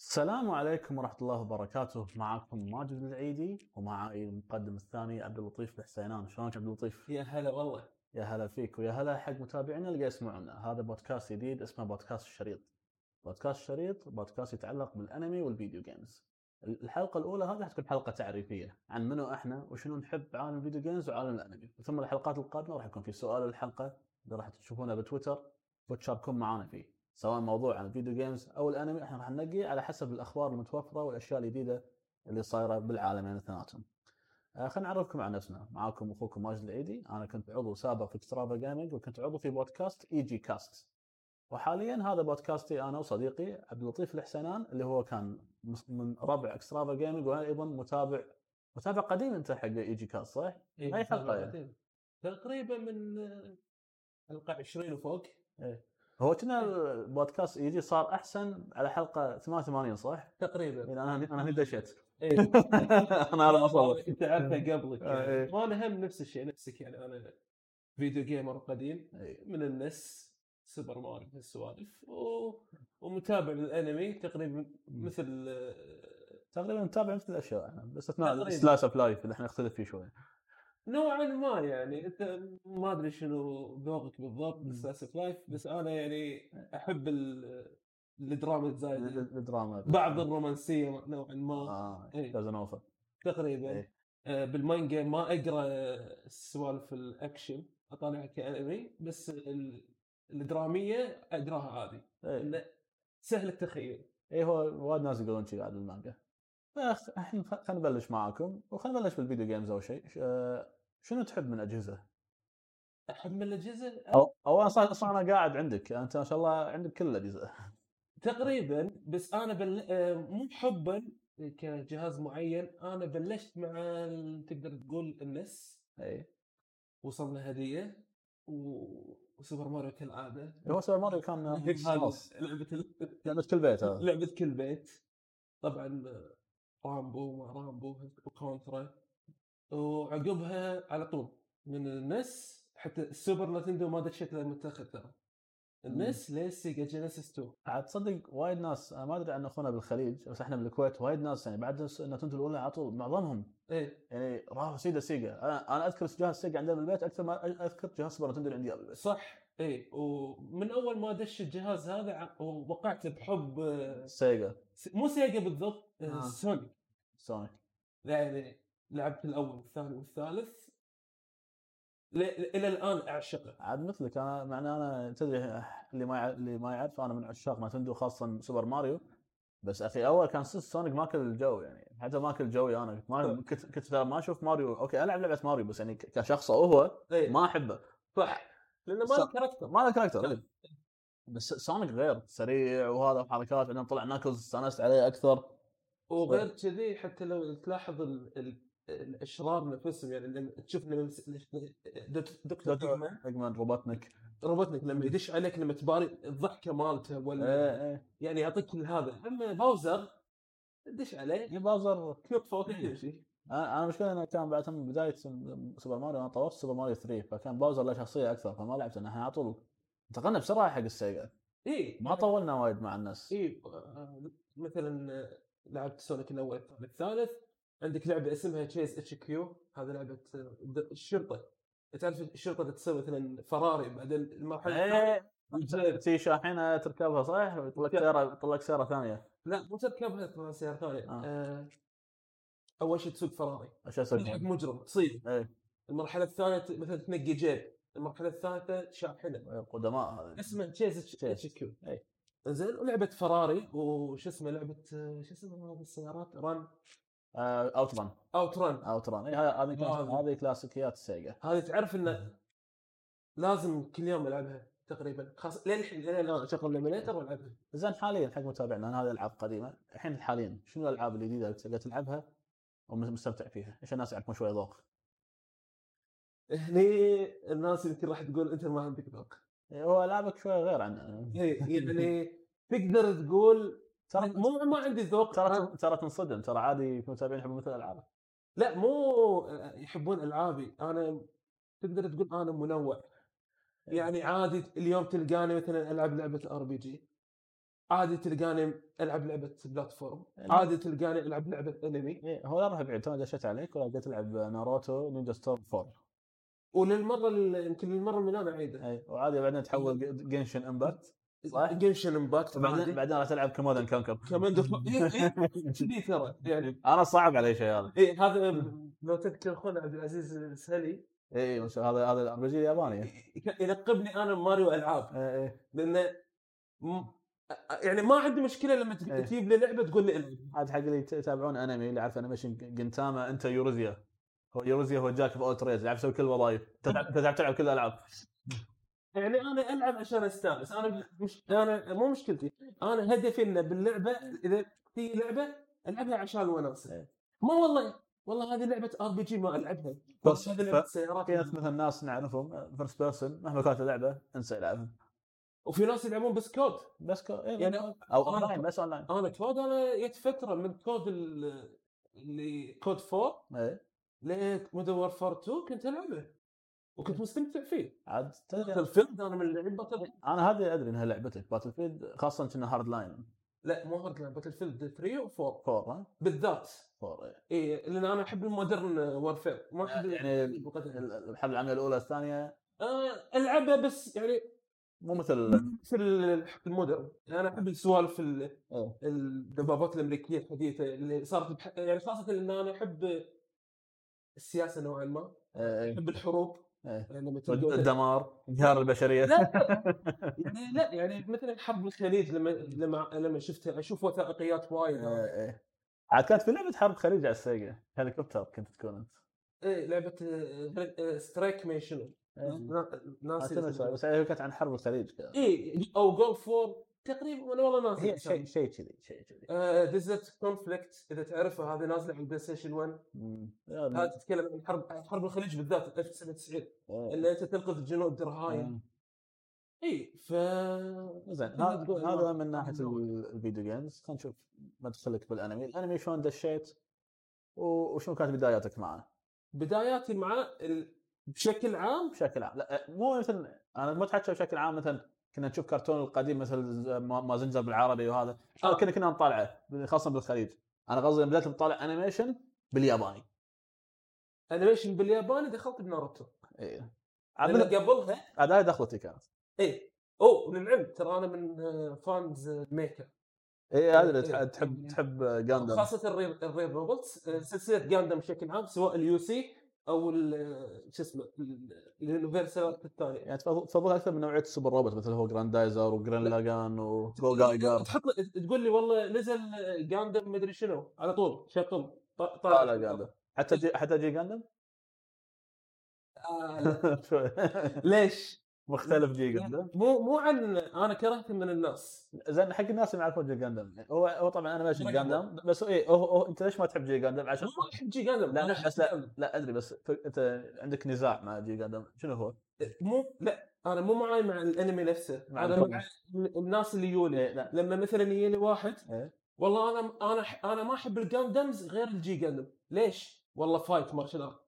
السلام عليكم ورحمة الله وبركاته، معكم ماجد العيدي ومعي المقدم الثاني عبد اللطيف الحسينان، شلونك عبد اللطيف؟ يا هلا والله يا هلا فيك ويا هلا حق متابعينا اللي قاعد يسمعونا، هذا بودكاست جديد اسمه بودكاست الشريط. بودكاست الشريط بودكاست يتعلق بالانمي والفيديو جيمز. الحلقة الأولى هذه حتكون حلقة تعريفية عن منو احنا وشنو نحب عالم الفيديو جيمز وعالم الانمي، ثم الحلقات القادمة راح يكون في سؤال الحلقة اللي راح تشوفونه بتويتر وتشاركون معنا فيه. سواء موضوع عن الفيديو جيمز او الانمي احنا راح ننقي على حسب الاخبار المتوفره والاشياء الجديده اللي صايره بالعالمين اثنيناتهم. آه خلينا نعرفكم عن نفسنا، معاكم اخوكم ماجد العيدي، انا كنت عضو سابق في اكسترافا جيمنج وكنت عضو في بودكاست E اي جي كاست. وحاليا هذا بودكاستي انا وصديقي عبد اللطيف الحسينان اللي هو كان مس- من ربع اكسترافا جيمنج وايضا متابع متابع قديم انت حق اي جي كاست صح؟ إيه، أي حلقة مرة بعدين. تقريبا من آه، حلقه 20 وفوق هو كنا بودكاست اي جي صار احسن على حلقه 88 صح؟ تقريبا انا انا دشيت إيه. انا على اصابك انت عارفه قبلك آه، إيه. يعني. وانا هم نفس الشيء نفسك يعني انا فيديو جيمر قديم إيه. من النس سوبر ماريو السوالف و... ومتابع للانمي تقريبا مثل آه، تقريبا نتابع نفس الاشياء احنا بس اثناء تقريباً. سلايس اوف لايف اللي احنا نختلف فيه شوي نوعا ما يعني انت ما ادري شنو ذوقك بالضبط مم. بالسلايس اوف لايف بس انا يعني احب ال- الدراما ال- آه. الزايده ال- الدراما بعض الرومانسيه نوعا ما اه إيه. لازم اوصل تقريبا إيه. آه، بالمانجا ما اقرا آه، سوالف الاكشن اطالعها كانمي بس ال- الدراميه اقراها عادي اي إنه سهل التخيل إيه هو وايد ناس يقولون شي بعد المانجا فخ- الحين خ- خلينا نبلش معاكم وخلينا نبلش بالفيديو جيمز اول شيء ش- آه، شنو تحب من اجهزه؟ احب من الاجهزه او او أنا صار- اصلا انا قاعد عندك انت ما شاء الله عندك كل الاجهزه تقريبا بس انا بل... آه، مو حبا كجهاز معين انا بلشت مع ال- تقدر تقول النس اي وصلنا هديه و... وسوبر ماريو كالعاده هو سوبر ماريو كان هذا خلاص لعبه ال- لعبه كل بيت هذا لعبه كل بيت طبعا آه، رامبو ما رامبو وكونترا وعقبها على طول من النس حتى السوبر نتندو ما دشيت له متاخر ترى النس لسيجا جينيسيس 2 عاد تصدق وايد ناس انا ما ادري عن اخونا بالخليج بس احنا بالكويت وايد ناس يعني بعد النتندو الاولى على طول معظمهم ايه يعني راح سيجا سيجا انا انا اذكر جهاز سيجا عندنا بالبيت اكثر ما اذكر جهاز سوبر نتندو اللي عندي بالبيت صح اي ومن اول ما دش الجهاز هذا ع- ووقعت بحب آه، سيجا س- مو سيجا بالضبط آه، آه. سوني سوني يعني لعبت الاول والثاني والثالث ل- ل- الى الان اعشقه عاد مثلك انا معناه انا تدري اللي ما يع- اللي ما يعرف انا من عشاق نتندو خاصه سوبر ماريو بس اخي اول كان سيس سونيك ماكل الجو يعني حتى ماكل جوي انا ما كنت كنت ترى ما اشوف ماريو اوكي العب لعبه ماريو بس يعني ك- كشخص او هو إيه، ما احبه صح لانه ما صح. له كاركتر ما له كاركتر إيه. بس سونيك غير سريع وهذا وحركات بعدين طلع ناكلز استانست عليه اكثر وغير كذي حتى لو تلاحظ ال... ال... الاشرار نفسهم يعني لما تشوف لما يمس- دك- دكتور ديجمان، اجمل روبوتنك روبوتنك لما يدش عليك لما تباري الضحكه مالته ولا ايه ايه يعني يعطيك هذا اما باوزر دش عليه يعني باوزر كنت فوق شيء انا أنا المشكله انه كان بعد من بدايه سوبر ماريو انا طورت سوبر ماريو 3 فكان باوزر له شخصيه اكثر فما لعبت انه احنا على طول انتقلنا بسرعه حق السيجا اي ما طولنا وايد مع الناس اي آه، مثلا آه، لعبت سونيك الاول الثاني الثالث عندك لعبه اسمها تشيز اتش كيو هذه لعبه آه، د- الشرطه تعرف الشرطه اللي تصير مثلا فراري بعدين المرحله الثانية ايه تي شاحنه تركبها صح ويطلق سياره يطلق سياره ثانيه لا مو تركبها طبعاً سياره ثانيه آه. آه. اول شيء تسوق فراري ايش حق اسوي؟ مجرم تصيد إيه. المرحله الثانيه ت- مثلا تنقي جيب المرحله الثالثه شاحنه قدماء هذا اسمه تشيز Chase. إيه. اتش كيو إي. زين ولعبه فراري وش اسمه لعبه آه، شو اسمها هذه السيارات ران آه، اوت ران اوت ران اوت ران إيه، هذه هذه كلاس- آه. هذه كلاسيكيات السيجا هذه تعرف انه لازم كل يوم العبها تقريبا خاص لين الحين لين الان اشغل الايميليتر والعبها زين حاليا حق متابعنا أنا هذه العاب قديمه الحين حاليا شنو الالعاب الجديده اللي تقدر تلعبها ومستمتع فيها عشان الناس يعرفون شويه ذوق هني الناس يمكن راح تقول انت ما عندك ذوق إيه، هو لعبك شوي غير عن إي، يعني تقدر تقول ترى مو ما عندي ذوق ترى ترى تنصدم ترى عادي في متابعين يحبون مثل الالعاب لا مو آه، يحبون العابي انا تقدر تقول انا إيه. منوع يعني عادي اليوم تلقاني مثلا العب لعبه الار بي جي عادي تلقاني العب لعبه بلاتفورم يعني- عادي تلقاني العب لعبه انمي إيه، هو لا راح بعيد انا دشيت عليك ولا قلت العب ناروتو نينجا ستورم 4 وللمره ال- يمكن للمره اللي انا اعيده اي وعادي بعدين تحول جنشن امباكت إيه، صح؟ جنشن امباكت إيه. بعدين بعدين بعدين راح تلعب كمودن كانكر كمان دفع إيه، إيه، كذي ترى يعني انا صعب علي شيء هذا اي هذا إيه. لو تذكر اخونا عبد العزيز السهلي اي هذا إيه، هذا الار بي جي الياباني ك- يلقبني انا ماريو العاب إيه، إيه. لانه م- يعني ما عندي مشكله لما إيه. ت- تجيب لي لعبه تقول لي العب هذا حق اللي يتابعون انمي اللي يعرف انيميشن جنتاما انت يوروزيا هو يوروزيا هو جاك في اول تريز يعرف يسوي كل الوظائف تلعب تلعب- تلعب كل الالعاب يعني انا العب عشان استانس انا مش انا مو مشكلتي انا هدفي انه باللعبه اذا في لعبه العبها عشان الوناسه إيه. ما والله والله هذه لعبه ار بي جي ما العبها بس بس هذه ف- لعبه سيارات في ناس مثلا ناس نعرفهم فيرست بيرسون مهما كانت اللعبه انسى يلعبها وفي ناس يلعبون بس كود بس كو... إيه يعني او أنا- اونلاين بس اونلاين انا كود انا جت فتره من كود ال- اللي كود 4 إيه. لمودرن وورفير 2 كنت العبه وكنت إيه. مستمتع فيه عاد تدري الفيلد انا من لعب باتل انا هذه ادري انها لعبتك باتل فيلد خاصه كنا هارد لاين لا مو هارد لعبه الفيلد 3 و 4 4 ها بالذات 4 إيه. اي لان انا احب المودرن وورفير ما احب يعني البقتل. الحمله العاميه الاولى الثانيه آه، العبها بس يعني مو مثل مثل المودرن انا احب السوالف ال- إيه. الدبابات الامريكيه الحديثه اللي صارت بح... يعني خاصه ان انا احب السياسه نوعا ما إيه، إيه. احب الحروب إيه. يعني لما تلقى- الدمار انهيار البشريه لا يعني لا يعني مثلا حرب الخليج لما لما لما شفتها اشوف وثائقيات وايد إيه، إيه. عاد كانت في لعبه حرب خليج على السيجا هليكوبتر كنت تكون انت ايه لعبه آه، آه، سترايك ما شنو إيه. آه. نا- ناسي أعتقد اسمها. شوي، بس هي كانت عن حرب الخليج كذا. ايه او جولف وور تقريبا انا والله ناسي آه، هي الاسامي. شيء شيء كذي شيء كذي ديزرت كونفليكت اذا تعرفها هذه نازله على البلاي ستيشن 1 مم. هذه تتكلم عن حرب عن حرب الخليج بالذات 1990 ان إيه. انت تنقذ جنود درهايم مم. اي ف زين تقدر هذا تقول هذا إنه- آه. من ناحيه إنه- ال- الفيديو جيمز خلينا نشوف مدخلك بالانمي الانمي شلون دشيت و- وشنو كانت بداياتك معه بداياتي معاه ال- بشكل عام بشكل عام لا مو مثلا انا ما اتحكى بشكل عام مثلا كنا نشوف كرتون القديم مثل ز- ما ما زنجر بالعربي وهذا آه. كنا كنا نطالعه خاصه بالخليج انا قصدي بديت مطالع انيميشن بالياباني انيميشن بالياباني دخلت بناروتو اي لأن قبلها عاد دخلتي كانت اي او للعلم ترى انا من آه، فانز ميكا اي ادري إيه. تح- تحب تحب جاندم خاصه الريل الريل روبوتس آه، سلسله جاندم بشكل عام سواء اليو سي او ال- آه، شو اسمه ال- اليونيفرسال الثانيه يعني تفضل تفضل اكثر من نوعيه السوبر روبوت مثل هو جراندايزر وجرين لاجان وجو جايجر تحط تقول لي والله نزل جاندم مدري شنو على طول شغل ط- طالع جاندم حتى جي حتى جي جاندم آه، لا. شوي. ليش؟ مختلف جي جاندم مو مو عن انا كرهت من الناس زين حق الناس اللي ما يعرفون جي جاندم هو هو طبعا انا ماشي ما جاندم بس اي هو, هو انت ليش ما تحب جي جاندم مو عشان احب جي جاندم لا، أنا بس أحب جاندم. لا ادري بس ف- انت عندك نزاع مع جي جاندم شنو هو؟ مو لا انا مو معي مع الانمي نفسه مع انا الكوميك. مع الناس اللي يولي إيه، لا لما مثلا يجي لي واحد إيه. والله انا انا انا ما احب الجاندمز غير الجي جاندم ليش؟ والله فايت مارشال ارت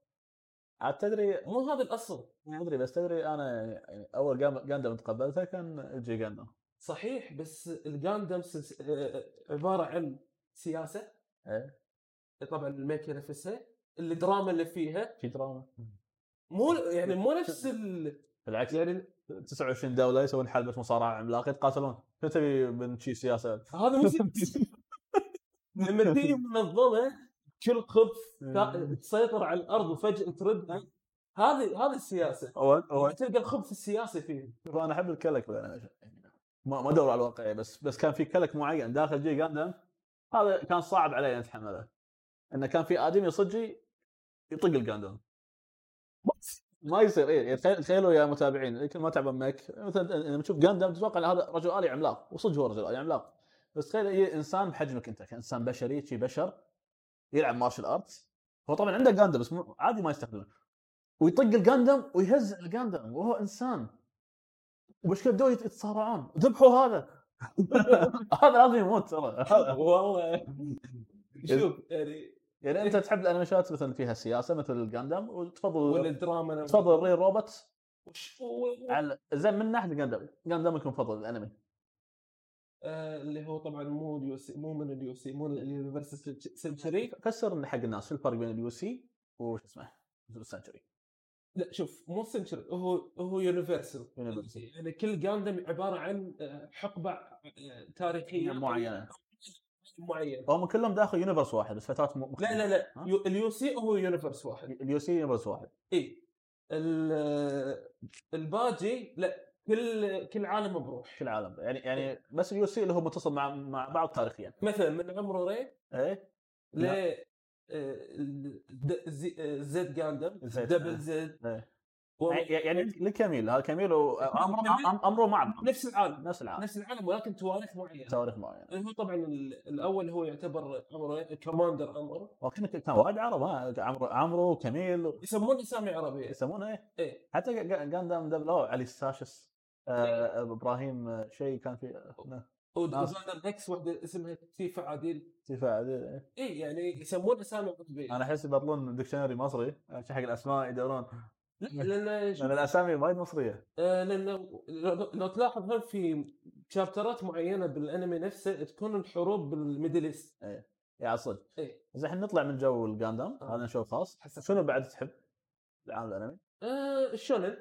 عاد تدري مو هذا الاصل ادري بس تدري انا يعني اول جام- جاندم تقبلته كان جي جاندم صحيح بس الجاندم سلس... آه، عباره عن سياسه إيه. طبعا الميكي نفسها إيه. الدراما اللي فيها في دراما مو يعني مو نفس ال... بالعكس يعني 29 دوله يسوون حلبه مصارعه عملاقه يتقاتلون شو تبي من شي سياسه؟ هذا مو سياسة. لما تجي منظمه كل خبث إيه. تا- تسيطر على الارض وفجاه تردها هذه هذه السياسه اول اول تلقى الخبث السياسي فيه انا احب الكلك بالانيميشن ما ما دور على الواقعيه بس بس كان في كلك معين داخل جي جاندم هذا كان صعب علي ان اتحمله انه كان في ادمي صجي يطق الجاندم ما يصير اي يعني تخيل- تخيلوا يا متابعين يمكن ما تعبان معك مثلا لما تشوف جاندم تتوقع ان هذا رجل الي عملاق وصدق هو رجل الي عملاق بس تخيل يجي انسان بحجمك انت كانسان بشري شي بشر يلعب مارشال ارتس هو طبعا عنده جاندم بس مو- عادي ما يستخدمه ويطق الجاندم ويهز الجاندم وهو انسان ومشكلة دول يت- يتصارعون ذبحوا هذا هذا لازم يموت ترى هذا- والله شوف يعني يعني انت تحب الانيميشنات مثلا فيها سياسه مثل الجاندم ولا وتفضل الدراما تفضل الريل روبوت وش- و- و- على زين من ناحيه الجاندم جاندم يكون مفضل الانمي آه، اللي هو طبعا مو اليو سي مو من اليو سي مو اليونيفرسال سنتشري فسر لنا حق الناس شو الفرق بين اليو سي وش اسمه السنتشري لا شوف مو سنتشري هو هو يونيفرسال Universal. يعني كل جاندم عباره عن آه، حقبه آه، تاريخيه معينه معينه هم كلهم داخل يونيفرس واحد بس فترات م... لا لا لا ها؟ يو- اليو سي هو يونيفرس واحد اليو سي يونيفرس واحد اي ال- آه، الباجي لا كل كل عالم بروح في العالم يعني يعني بس اليو سي اللي هو متصل مع مع بعض تاريخيا مثلا من عمرو ري ايه ل لا. آه، ال- د- زي- آه، زد جاندم زد. دبل زد إيه. و- يعني لكميل هذا كميل وامره امره مع بعض نفس العالم نفس العالم نفس العالم ولكن تواريخ معينه تواريخ معينه هو طبعا ال- الاول هو يعتبر عمرو ري- كوماندر عمرو وكان كان وايد عرب ها عمرو عمرو وكميل يسمونه اسامي عربيه يسمونه ايه ايه حتى جاندام دبل أو علي الساشس إيه. آه ابراهيم آه، شيء كان في نعم. وزاد اكس واحده اسمها تيفا عديل ارتفاع ذي. ايه يعني يسمونه اسامي عربيه انا احس يبطلون دكشنري مصري عشان حق الاسماء يدورون لا إيه. لان شوف لان الاسامي وايد مصريه آه، لانه لو- لو تلاحظ هم في شابترات معينه بالانمي نفسه تكون الحروب بالميدل ايست يا صدق إيه. زين احنا نطلع من جو الجاندام آه. هذا شو خاص حسب. شنو بعد تحب؟ العالم الانمي آه، الشونن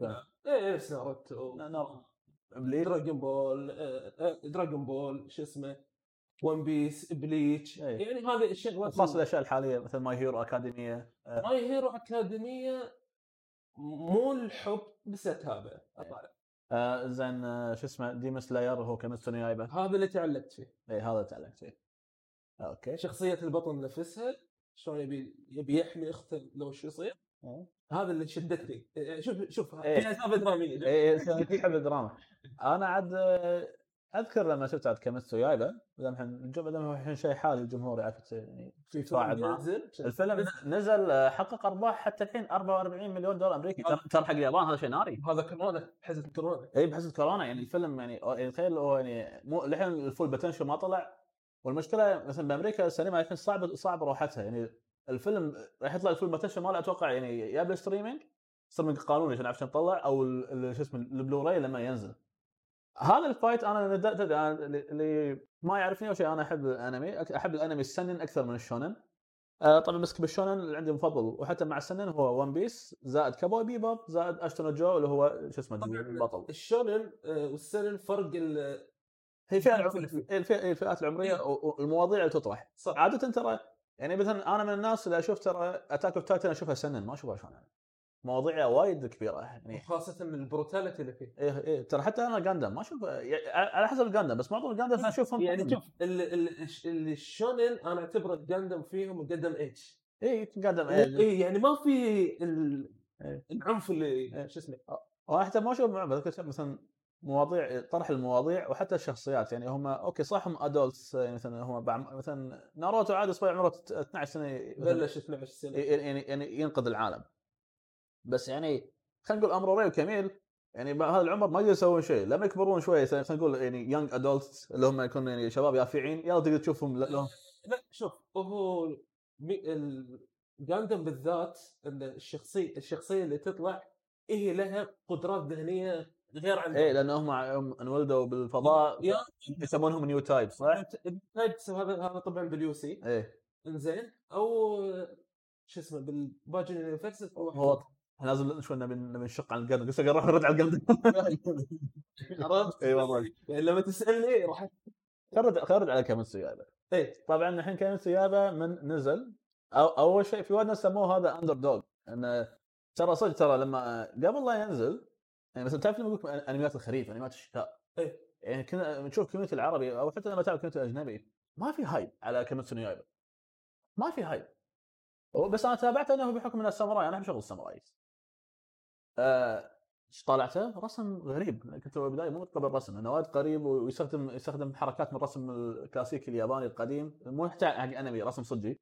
نعم. ايه نفس ناروتو نا- نارو. بليد دراجون بول آه، آه، دراجون بول شو اسمه ون بيس بليتش إيه. يعني هذه الشغلات خاصة الاشياء الحاليه مثل ماي هيرو اكاديميه ماي هيرو اكاديميه مو الحب بس اتابع أطالع. آه زين آه، شو اسمه ديمون سلاير هو كيميتسو يايبا هذا اللي تعلقت فيه اي إيه، هذا تعلقت فيه اوكي شخصيه البطل نفسها شلون يبي يبي يحمي اخته لو شو يصير إيه. هذا اللي شدتني إيه، شوف شوف إيه. فيها سالفه اي دراميه إيه، تحب الدراما انا عاد آه، اذكر لما شفت عاد كيميتسو يايبا دام الحين الجو- دام هو الحين شيء حالي الجمهور عرفت يعني في صاعد فيلم معه. ينزل الفيلم نزل آه، حقق ارباح حتى الحين 44 مليون دولار امريكي ترى ترى حق اليابان هذا شيء ناري هذا كورونا حزب كورونا اي بحس كورونا يعني الفيلم يعني أو- يعني تخيل هو يعني مو للحين الفول بوتنشل ما طلع والمشكله مثلا بامريكا السينما الحين صعب صعب راحتها يعني الفيلم راح يطلع الفول بوتنشل ماله اتوقع يعني يا بالستريمينج ستريمينج قانوني عشان عشان نطلع او ال- ال- شو اسمه البلوراي لما ينزل هذا الفايت انا ند- تدري أنا اللي- اللي ما يعرفني او شيء انا احب الانمي أك- احب الانمي السنن اكثر من الشونن آه، طبعا مسك بالشونن اللي عندي مفضل وحتى مع السنن هو ون بيس زائد كابوي بيباب زائد اشتون جو اللي هو شو اسمه طبعاً. البطل الشونن آه، والسنن فرق ال- هي فئه العمر... مختلفة. إيه الفئة- إيه الفئات العمريه إيه. و- والمواضيع اللي تطرح صح. عاده ترى يعني مثلا انا من الناس اللي اشوف ترى اتاك اوف تايتن اشوفها سنن ما اشوفها شونن مواضيعها وايد كبيره يعني وخاصه البروتاليتي اللي فيه إيه إيه ترى حتى انا جاندم ما اشوف يعني على حسب الجاندم بس معظم الجاندم انا اشوفهم يعني شوف ال- ال- الش- الشونن انا اعتبره جندم فيهم جندم اتش اي جاندم إيه. اي يعني ما في ال- إيه. العنف إيه. اللي شو اسمه وانا حتى ما اشوف معهم بس مثلا مواضيع طرح المواضيع وحتى الشخصيات يعني هم اوكي صح هم ادولتس يعني مثلا هم بعم- مثلا ناروتو عاد اصبع عمره 12 سنه مثلاً بلش 12 سنه ي- يعني يعني ينقذ العالم بس يعني خلينا نقول امر ري وكميل يعني مع هذا العمر ما يقدر يسوون شيء لما يكبرون شوي مثلاً خلينا نقول يعني يونج ادولتس اللي هم يكونوا يعني شباب يافعين يلا تقدر تشوفهم ل- لهم لا شوف هو الجاندم بالذات ان الشخصيه الشخصيه اللي تطلع هي لها قدرات ذهنيه غير عن اي لان هم إيه، هم انولدوا بالفضاء يا يسمونهم نيو تايب صح؟ تايبس هذا هذا طبعا باليوسي ايه انزين او شو اسمه بالباجن يونيفرسال هو احنا لازم شو نبي نبي نشق عن القلب قلت نروح نرد على القلب عرفت؟ اي إيه، والله يعني لما تسالني راح خرج خرج على كاميتسو يابا إيه. طبعا الحين كاميتسو يابا من نزل أو اول شيء في وايد ناس سموه هذا اندر دوغ انه ترى صدق ترى لما قبل لا ينزل يعني مثلا تعرف لما اقول لكم انميات الخريف انميات الشتاء إيه. يعني كنا نشوف الكوميونتي العربي او حتى لما تعرف الكوميونتي الاجنبي ما في هايب على كاميتسو يابا ما في هايب هو- بس انا تابعته انه بحكم ان الساموراي انا احب شغل الساموراي آه، ايش طالعته رسم غريب كنت في البدايه مو متقبل الرسم انه وايد قريب ويستخدم يستخدم حركات من الرسم الكلاسيكي الياباني القديم مو حتى حق انمي رسم صجي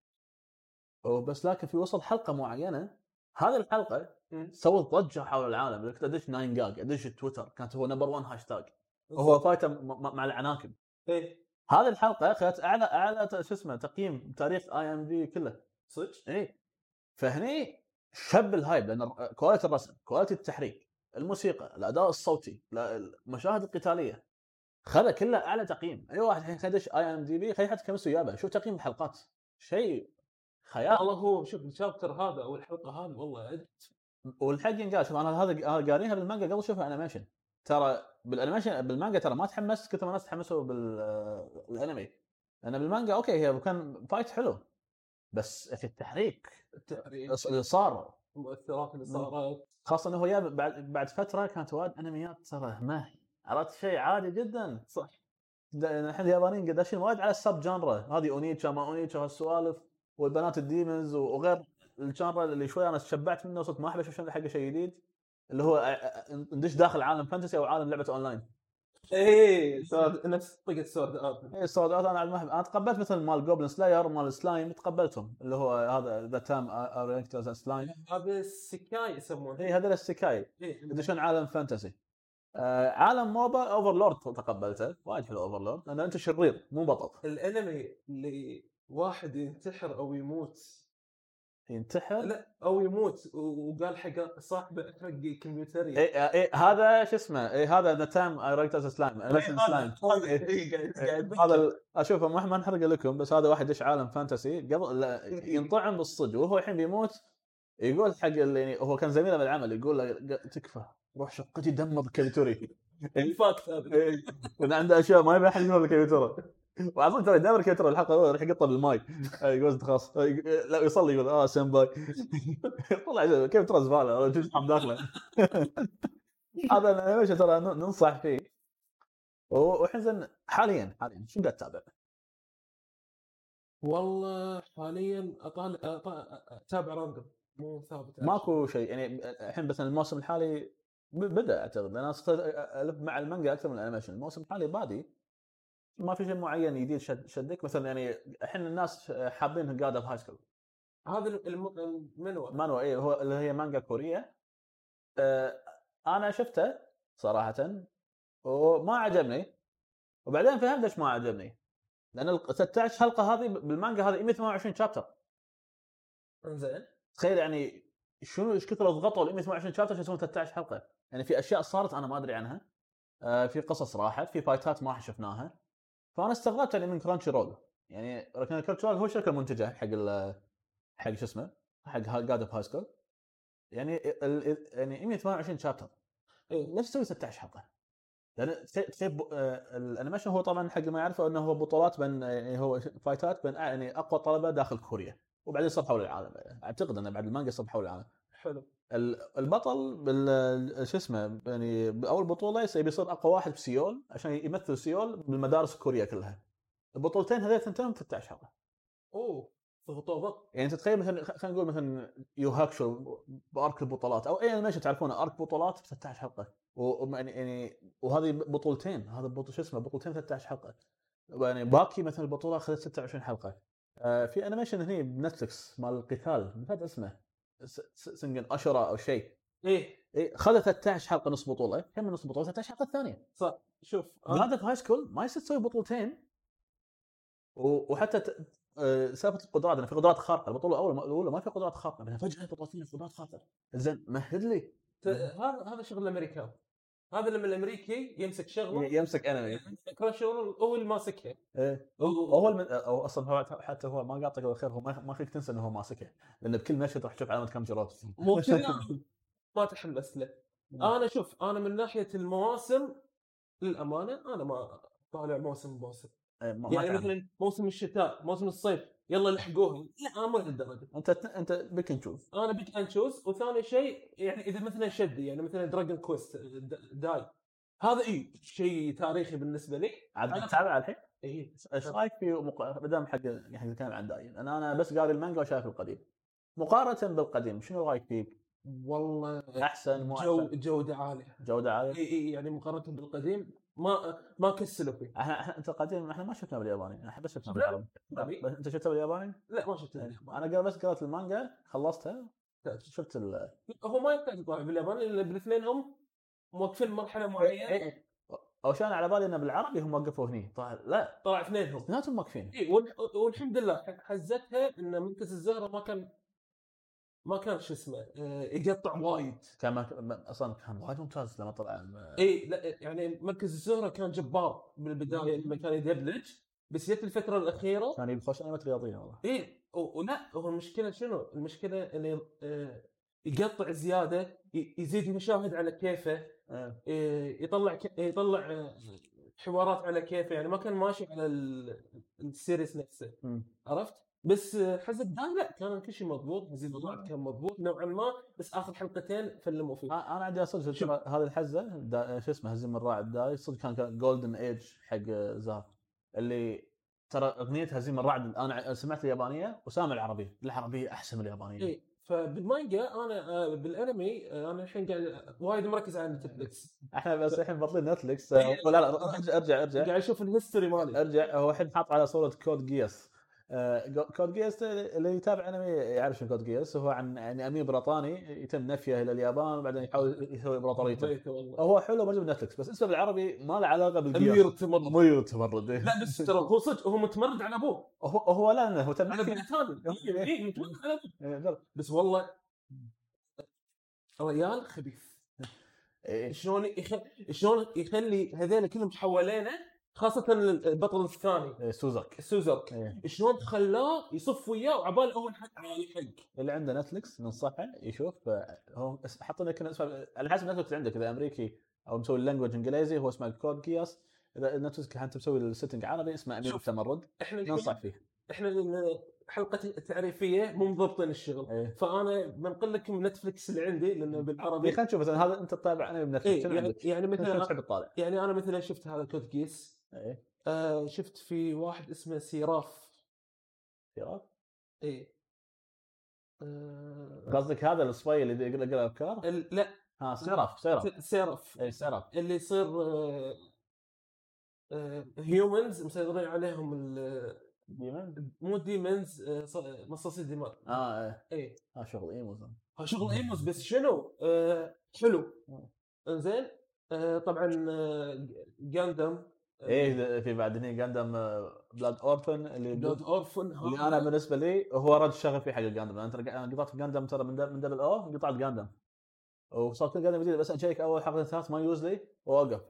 بس لكن في وسط حلقه معينه هذه الحلقه مم. سوت ضجه حول العالم كنت ادش 9 جاج ادش تويتر كانت هو نمبر 1 هاشتاج وهو فايته م- م- مع العناكب ايه هذه الحلقه اخذت اعلى اعلى ت- شو اسمه تقييم تاريخ اي ام دي كله صدق اي فهني شب الهايب لان الر- كواليتي الرسم كواليتي التحريك الموسيقى الاداء الصوتي لا- المشاهد القتاليه خذ كله اعلى تقييم اي واحد الحين خدش اي ام دي بي خليه يحط كم ويابه شوف تقييم الحلقات شيء خيال والله هو شوف الشابتر هذا او الحلقه هذه والله عد والحق ينقال شوف انا هذا أنا قاريها بالمانجا قبل شوفها انيميشن ترى بالانيميشن بالمانجا ترى ما تحمست كثر ما الناس تحمسوا بالانمي انا بالمانجا اوكي هي كان فايت حلو بس اخي التحريك التحريك اللي صار المؤثرات اللي صارت خاصه انه هو جاب بعد بعد فتره كانت وايد انميات ترى ما هي عرفت شيء عادي جدا صح دا- الحين اليابانيين قاعد داشين وايد على السب جانرا هذه اونيتشا ما اونيتشا هالسوالف والبنات الديمنز وغير الجانرا اللي شوي انا تشبعت منه وصرت ما احب اشوف شيء- حق شيء جديد اللي هو أ- أ- ندش داخل عالم فانتسي او عالم لعبه اونلاين إيه، ايه سورد نفس طقه سورد ارت اي السوالف هذا انا إيه، ما أحب. انا تقبلت مثل مال جوبلن سلاير مال سلايم تقبلتهم اللي هو هذا ذا تام ارينكترز سلايم هذا السكاي يسمونه اي إيه، هذول السكاي إيه. يدشون عالم فانتسي آه، عالم موبا اوفرلورد تقبلته وايد حلو اوفرلورد لان انت شرير مو بطل الانمي اللي واحد ينتحر او يموت ينتحر لا او يموت و- وقال حق إيه، صاحبه احرق كمبيوتري اي آه، اي هذا شو اسمه اي هذا ذا تايم اي رايت از سلايم إيه، سلايم إيه، هذا ال- اشوفه ما ما نحرق لكم بس هذا واحد يدش عالم فانتسي قبل لا ينطعم بالصدق وهو الحين بيموت يقول حق اللي يعني هو كان زميله بالعمل يقول له "ق- تكفى روح شقتي دمر كابيتوري الفاكت هذا إيه، لان عنده اشياء ما يبي احد يشوفها بالكمبيوتر وعظيم ترى دائما الكمبيوتر الحلقه الاولى راح يقطه بالماي آه، يقول خلاص آه، لا يصلي يقول اه سمباي طلع زي- كيف ترى زباله ولا شو عم داخله هذا الانيميشن ترى ن- ننصح فيه و- وحزن حاليا حاليا شو قاعد تتابع؟ والله حاليا اطالع أط- اتابع راندوم مو ثابت ماكو شيء يعني الحين مثلا الموسم الحالي ب- بدا اعتقد لان انا صرت الف مع المانجا اكثر من الانيميشن الموسم الحالي بادي ما في شيء معين جديد شد شدك مثلا يعني الحين الناس حابين جاد اوف هاي سكول هذا الم- المنوى مانوا اي إيه، هو اللي هي مانجا كوريه آه، انا شفته صراحه وما عجبني وبعدين فهمت ليش ما عجبني لان ال 16 حلقه هذه بالمانجا هذه 128 شابتر انزين تخيل يعني شنو ايش كثر ضغطوا ال 128 شابتر عشان يسوون 13 حلقه يعني في اشياء صارت انا ما ادري عنها آه، في قصص راحت في فايتات ما إحنا شفناها فانا استغربت يعني من كرانشي رول يعني كرانشي رول هو الشركه المنتجه حق ال حق شو اسمه حق جاد اوف هاي سكول يعني ال- ال- يعني 128 شابتر ليش إيه، تسوي 16 حلقه؟ لان تخيل- تخيل ب- آه، الانيميشن هو طبعا حق ما يعرفه انه هو بطولات بين يعني هو فايتات بين أع- يعني اقوى طلبه داخل كوريا وبعدين صار حول العالم اعتقد انه بعد المانجا صار حول العالم حلو ال- البطل بال شو اسمه يعني باول بطوله يصير- بيصير اقوى واحد بسيول عشان يمثل سيول بالمدارس كوريا كلها البطولتين هذول ثنتين 16 حلقه اوه ضغطوا ضغط يعني تتخيل مثلا خ- خلينا نقول مثلا يو هاكشو بارك البطولات او اي انيميشن تعرفونه ارك بطولات ب 16 حلقه و- وم- يعني يعني وهذه بطولتين هذا بطل شو اسمه بطولتين 13 حلقه يعني باكي مثلا البطوله اخذت 26 حلقه آه في انيميشن هني بنتفلكس مال القتال نسيت اسمه س- س- سنجن اشرة او شيء ايه إيه خذ 13 حلقه نص بطوله كم من نص بطوله 13 حلقه الثانيه شوف أنا- هذا في هاي سكول ما يصير تسوي بطولتين و- وحتى ت- آه، سالفه القدرات انه في قدرات خارقه البطوله الاولى ما- الاولى ما في قدرات خارقه بعدين فجاه بطولتين في قدرات خارقه زين مهد لي ت- هذا هذا شغل الامريكان هذا لما الامريكي يمسك شغله يمسك انمي كراش هو هو اللي ماسكها إيه. هو هو الم... او اصلا هو حتى هو ما قاطعك الا خير هو ما ما فيك تنسى انه هو ماسكه لان بكل مشهد راح تشوف علامه كامجرات مو كذا إيه، ما تحمس له انا شوف انا من ناحيه المواسم للامانه انا ما طالع موسم موسم يعني مثلا موسم الشتاء موسم الصيف يلا لحقوها لا انا مو لهالدرجه انت انت بك نشوف انا بيك انشوز وثاني شيء يعني اذا مثلا شد يعني مثلا دراجون كويست د- داي هذا اي شيء تاريخي بالنسبه لي إيه. عاد تتابع الحين اي ايش رايك في مق... دام حق حق الكلام عن داين انا انا بس قاري المانجا وشايف القديم مقارنه بالقديم شنو رايك فيه والله احسن مو جو احسن جوده عاليه جوده عاليه اي اي يعني مقارنه بالقديم ما ما كسلوا فيه احنا احنا انت القديم احنا ما شفناه بالياباني احنا بس شفناه لا. بالعربي عربي؟ بس انت شفته بالياباني؟ يعني لا ما شفت انا قبل بس قرأت المانجا خلصتها شفت ال هو ما يحتاج يطالع بالياباني لان بالاثنين هم موقفين مرحله معينه إيه. او شان على بالي انه بالعربي هم وقفوا هني طلع لا طلع اثنين هم اثنيناتهم إيه. واقفين اي والحمد لله حزتها ان منتز الزهره ما كان ما كان شو اسمه آه، يقطع وايد كان ما- ما- اصلا كان وايد ممتاز لما طلع ال- اي لا يعني مركز الزهره كان جبار من البدايه لما كان يدبلج بس جت الفتره الاخيره كان يبي خوش انميات رياضيه والله اي ولا هو المشكله شنو؟ المشكله انه آه، يقطع زياده ي- يزيد مشاهد على كيفه إيه. آه، يطلع ك- يطلع آه، حوارات على كيفه يعني ما كان ماشي على ال- السيريس نفسه مم. عرفت؟ بس آه، حزب داي لا كان كل شيء مضبوط حزب الوعد كان مضبوط نوعا ما بس اخر حلقتين فلموا فيه انا أنا عندي اصلا شوف هذه الحزه دا- شو اسمه هزيم الراعد داي صدق كان- كان جولدن ايج حق زهر اللي ترى اغنيه هزيم الرعد انا ع- سمعت اليابانيه وسامع العربيه، العربيه احسن من اليابانيه. اي إيه، فبالمانجا انا آه، بالانمي آه، انا الحين قاعد وايد مركز على نتفلكس احنا بس الحين بطلين نتفلكس لا لا ارجع ارجع ارجع قاعد اشوف الهيستوري مالي ارجع هو الحين حاط على صوره كود جياس آه، كود جياس اللي يتابع انمي يعرف شنو كود جياس هو عن يعني امير بريطاني يتم نفيه الى اليابان وبعدين يحاول يسوي امبراطوريته بيته والله هو حلو موجود بنتفلكس بس اسمه بالعربي ما له علاقه بالجياس امير تمرد امير تمرد إيه. لا بس ترى هو صدق هو متمرد على ابوه هو هو لا لا، هو تم على بني ثاني أوكي. اي إيه، متمرد على ابوه إيه، بالضبط. بس والله ريال خبيث إيه، شلون يخ... شلون يخلي هذين كلهم حوالينا خاصه البطل الثاني إيه، سوزك سوزوك إيه. شلون خلاه يصف وياه وعبال هو الحق يعني حق اللي عنده نتفلكس ننصحه يشوف آه، هو اس- حاطين كنا اسمه على حسب نتفلكس عندك اذا امريكي او مسوي اللانجوج انجليزي هو اسمه كود جياس اذا نتفلكس انت مسوي السيتنج عربي اسمه امير شوف. التمرد احنا ننصح فيه احنا ال- حلقه التعريفيه مو مضبطين الشغل ايه فانا بنقل لكم نتفلكس اللي عندي لانه بالعربي إيه، خلينا نشوف مثلا هذا انت تتابع انمي ايه بنتفلكس شنو يعني, عندك؟ يعني شنو مثلا تحب تطالع؟ يعني انا مثلا شفت هذا كود جيس ايه آه شفت في واحد اسمه سيراف يلا. أه. اي آه قصدك هذا الصبي اللي يقرا يقرأ افكار؟ ال- لا ها إيه، سيرف سيرف سيراف اي سيرف اللي يصير هيومنز مسيطرين عليهم ال- ديمن مو ديمنز مصاصي الدماء اه ايه اي ها شغل ايموز شغل ايموس بس شنو آه، حلو مم. انزين آه، طبعا آه، جاندم إيه، ايه في بعد هني جاندم بلاد اورفن اللي دود اورفن اللي انا بالنسبه لي هو رد شغفي حق الجاندم انا ترى أنا قطعت جاندم ترى من دب- من دبل او قطعت جاندم وصار كل جاندم جديد بس اشيك اول حلقه ثلاث ما يوز لي واوقف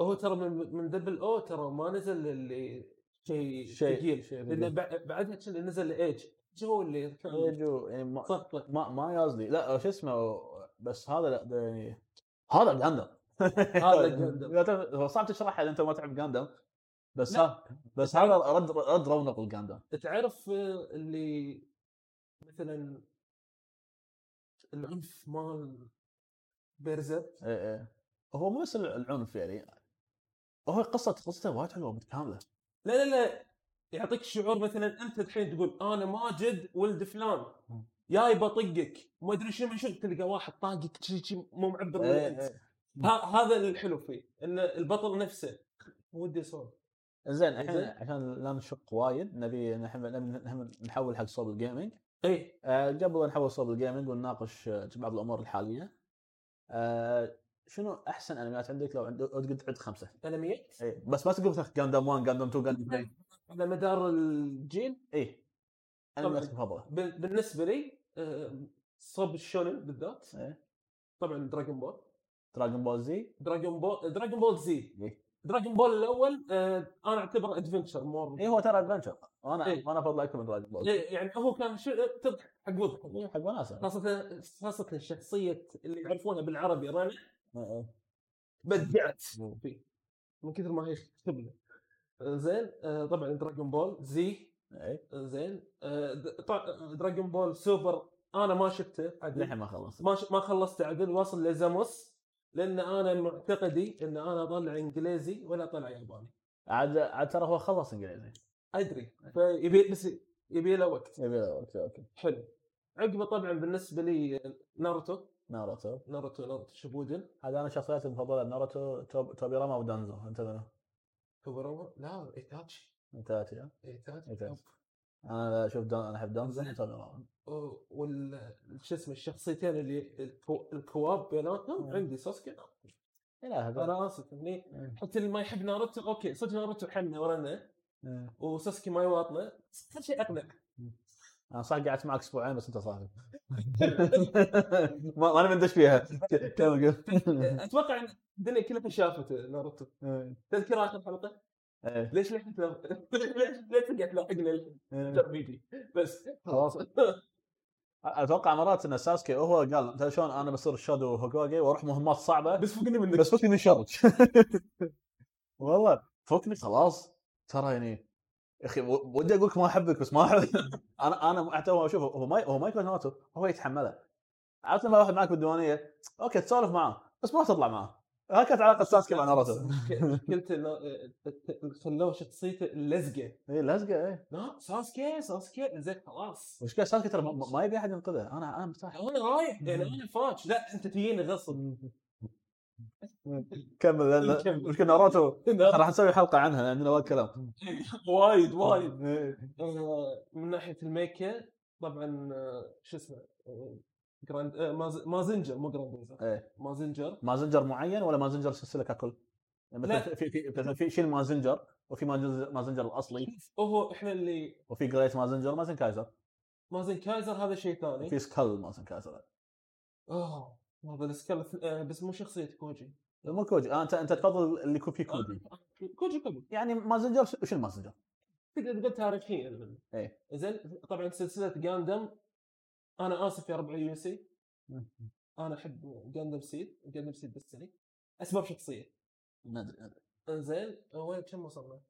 هو ترى من من دبل او ترى ما نزل اللي شيء شيء ثقيل شيء لان بع- بعدها كان نزل ايج هو اللي كان يجو- يعني ما- صفقه ما ما يازلي لا شو اسمه بس هذا لا ده يعني هذا جاندم هذا جاندم. لا تعرف- هو صعب تشرحه اذا انت ما تعرف جاندم بس لا. ها بس هذا رد رد رونق الجاندم تعرف آه، اللي مثلا العنف مال بيرزا إيه إيه. هو مو بس العنف يعني هو قصه قصته وايد حلوه متكامله لا لا لا يعطيك شعور مثلا انت الحين تقول انا ماجد ولد فلان مم. جاي بطقك وما ادري شنو من شنو تلقى واحد طاقك شي شي مو معبر من إيه أنت. إيه. ه- هذا الحلو فيه ان البطل نفسه ودي اسولف زين الحين زين. عشان لا نشق وايد نبي نحن- نبي نحول حق صوب الجيمنج اي آه، قبل لا نحول صوب الجيمنج ونناقش آه، بعض الامور الحاليه آه، شنو احسن انميات عندك لو عند- لو تقعد عند خمسه؟ انميات اي إيه. بس ما تقول مثلا جاندام 1 جاندام 2 جاندام 3 على مدار الجيل اي طبعاً. انميات مفضله بال- بالنسبه لي آه، صب الشونن بالذات إيه. طبعا دراجون بول دراجون بول زي دراجون بول دراجون بول زي إيه. دراجون بول الاول آه، انا اعتبره ادفنشر مور اي إيه، هو ترى ادفنشر وانا إيه. وانا افضل اكثر من دراجون بول إيه، يعني هو كان شو تضحك حق وضحك حق وناسه خاصة خاصة شخصية اللي يعرفونها بالعربي رنا إيه، بدعت إيه. من كثر ما هي خبلة زين آه، طبعا دراجون بول زي إيه. زين آه، د- طا- دراجون بول سوبر انا ما شفته للحين عدل ما خلصت ما ش- ما خلصت عدل واصل لزاموس لان انا معتقدي ان انا طلع انجليزي ولا طلع ياباني عاد عاد ترى هو خلص انجليزي ادري فيبي بس يبي له وقت يبي له وقت اوكي حلو عقبه طبعا بالنسبه لي آه، ناروتو ناروتو ناروتو ناروتو شبودن هذا انا شخصياتي المفضله ناروتو توب- توبيراما ودانزو انت منو؟ كوبرما لا ايتاتشي انت آتي، ها؟ إيه، ايتاتشي إيتاتشي. انا اشوف دان انا احب دانزو وتوبيراما أو- وال شو اسمه الشخصيتين اللي الكو... الكواب بيناتهم مم. عندي سوسكي إيه، لا هذا- انا اسف هني إيه. حتى اللي ما يحب ناروتو اوكي صدق ناروتو حنا ورنا إيه. وسوسكي ما يواطنه بس كل شيء اقنع انا صح قعدت معك اسبوعين بس انت صاحي ما ما انا مندش فيها كمل قول. اتوقع ان إيه، الدنيا كلها شافت ناروتو تذكر اخر حلقه إيه. ليش لحقت لا- ليش ليش تقعد تلاحقنا الحين إيه. ترميدي بس خلاص اتوقع مرات ان ساسكي هو قال ترى شلون انا بصير شادو هوكوجي واروح مهمات صعبه بس فقنا منك بس فكني من شرك والله فكني خلاص ترى يعني يا اخي و- ودي اقول لك ما احبك بس ما احب انا انا اعتبر شوف هو ما هو ما يكون هاتو هو يتحمله عرفت لما واحد معك بالديوانيه اوكي تسولف معاه بس ما تطلع معاه هاي كانت علاقه ساسكي مع ناروتو قلت إنه- إيه، خلوه شخصيته لزقه اي لزقه اي لا ساسكي ساسكي زين خلاص مشكله إيه. ساسكي ترى ما- ما يبي احد ينقذه انا انا مرتاح انا رايح يعني انا فاش لا انت تجيني غصب كمل لان كمل. مشكله ناروتو لا، راح نسوي حلقه عنها لان وايد كلام وايد وايد إيه. آه، من ناحيه الميكا طبعا آه، شو اسمه آه، جراند آه، ماز- مازنجر مو جراند إيه. مازنجر مازنجر معين ولا مازنجر سلسله ككل؟ لا. مثلا في في مثلا في شيل مازنجر وفي مازنجر مازنجر الاصلي هو احنا اللي وفي جريت مازنجر مازن كايزر مازن كايزر هذا شيء ثاني وفي سكال مازن كايزر اه هذا السكال آه، بس مو شخصيه كوجي مو كوجي آه، انت انت تفضل اللي يكون فيه كوجي كوجي كوجي يعني مازنجر ش- شيل مازنجر تقدر تقول تاريخيا منه إيه. زين طبعا سلسله جاندم انا اسف يا ربع يوسي انا احب جاندم سيد جاندم سيد بس يعني اسباب شخصيه ما ادري ما أدري. انزين وين كم وصلنا؟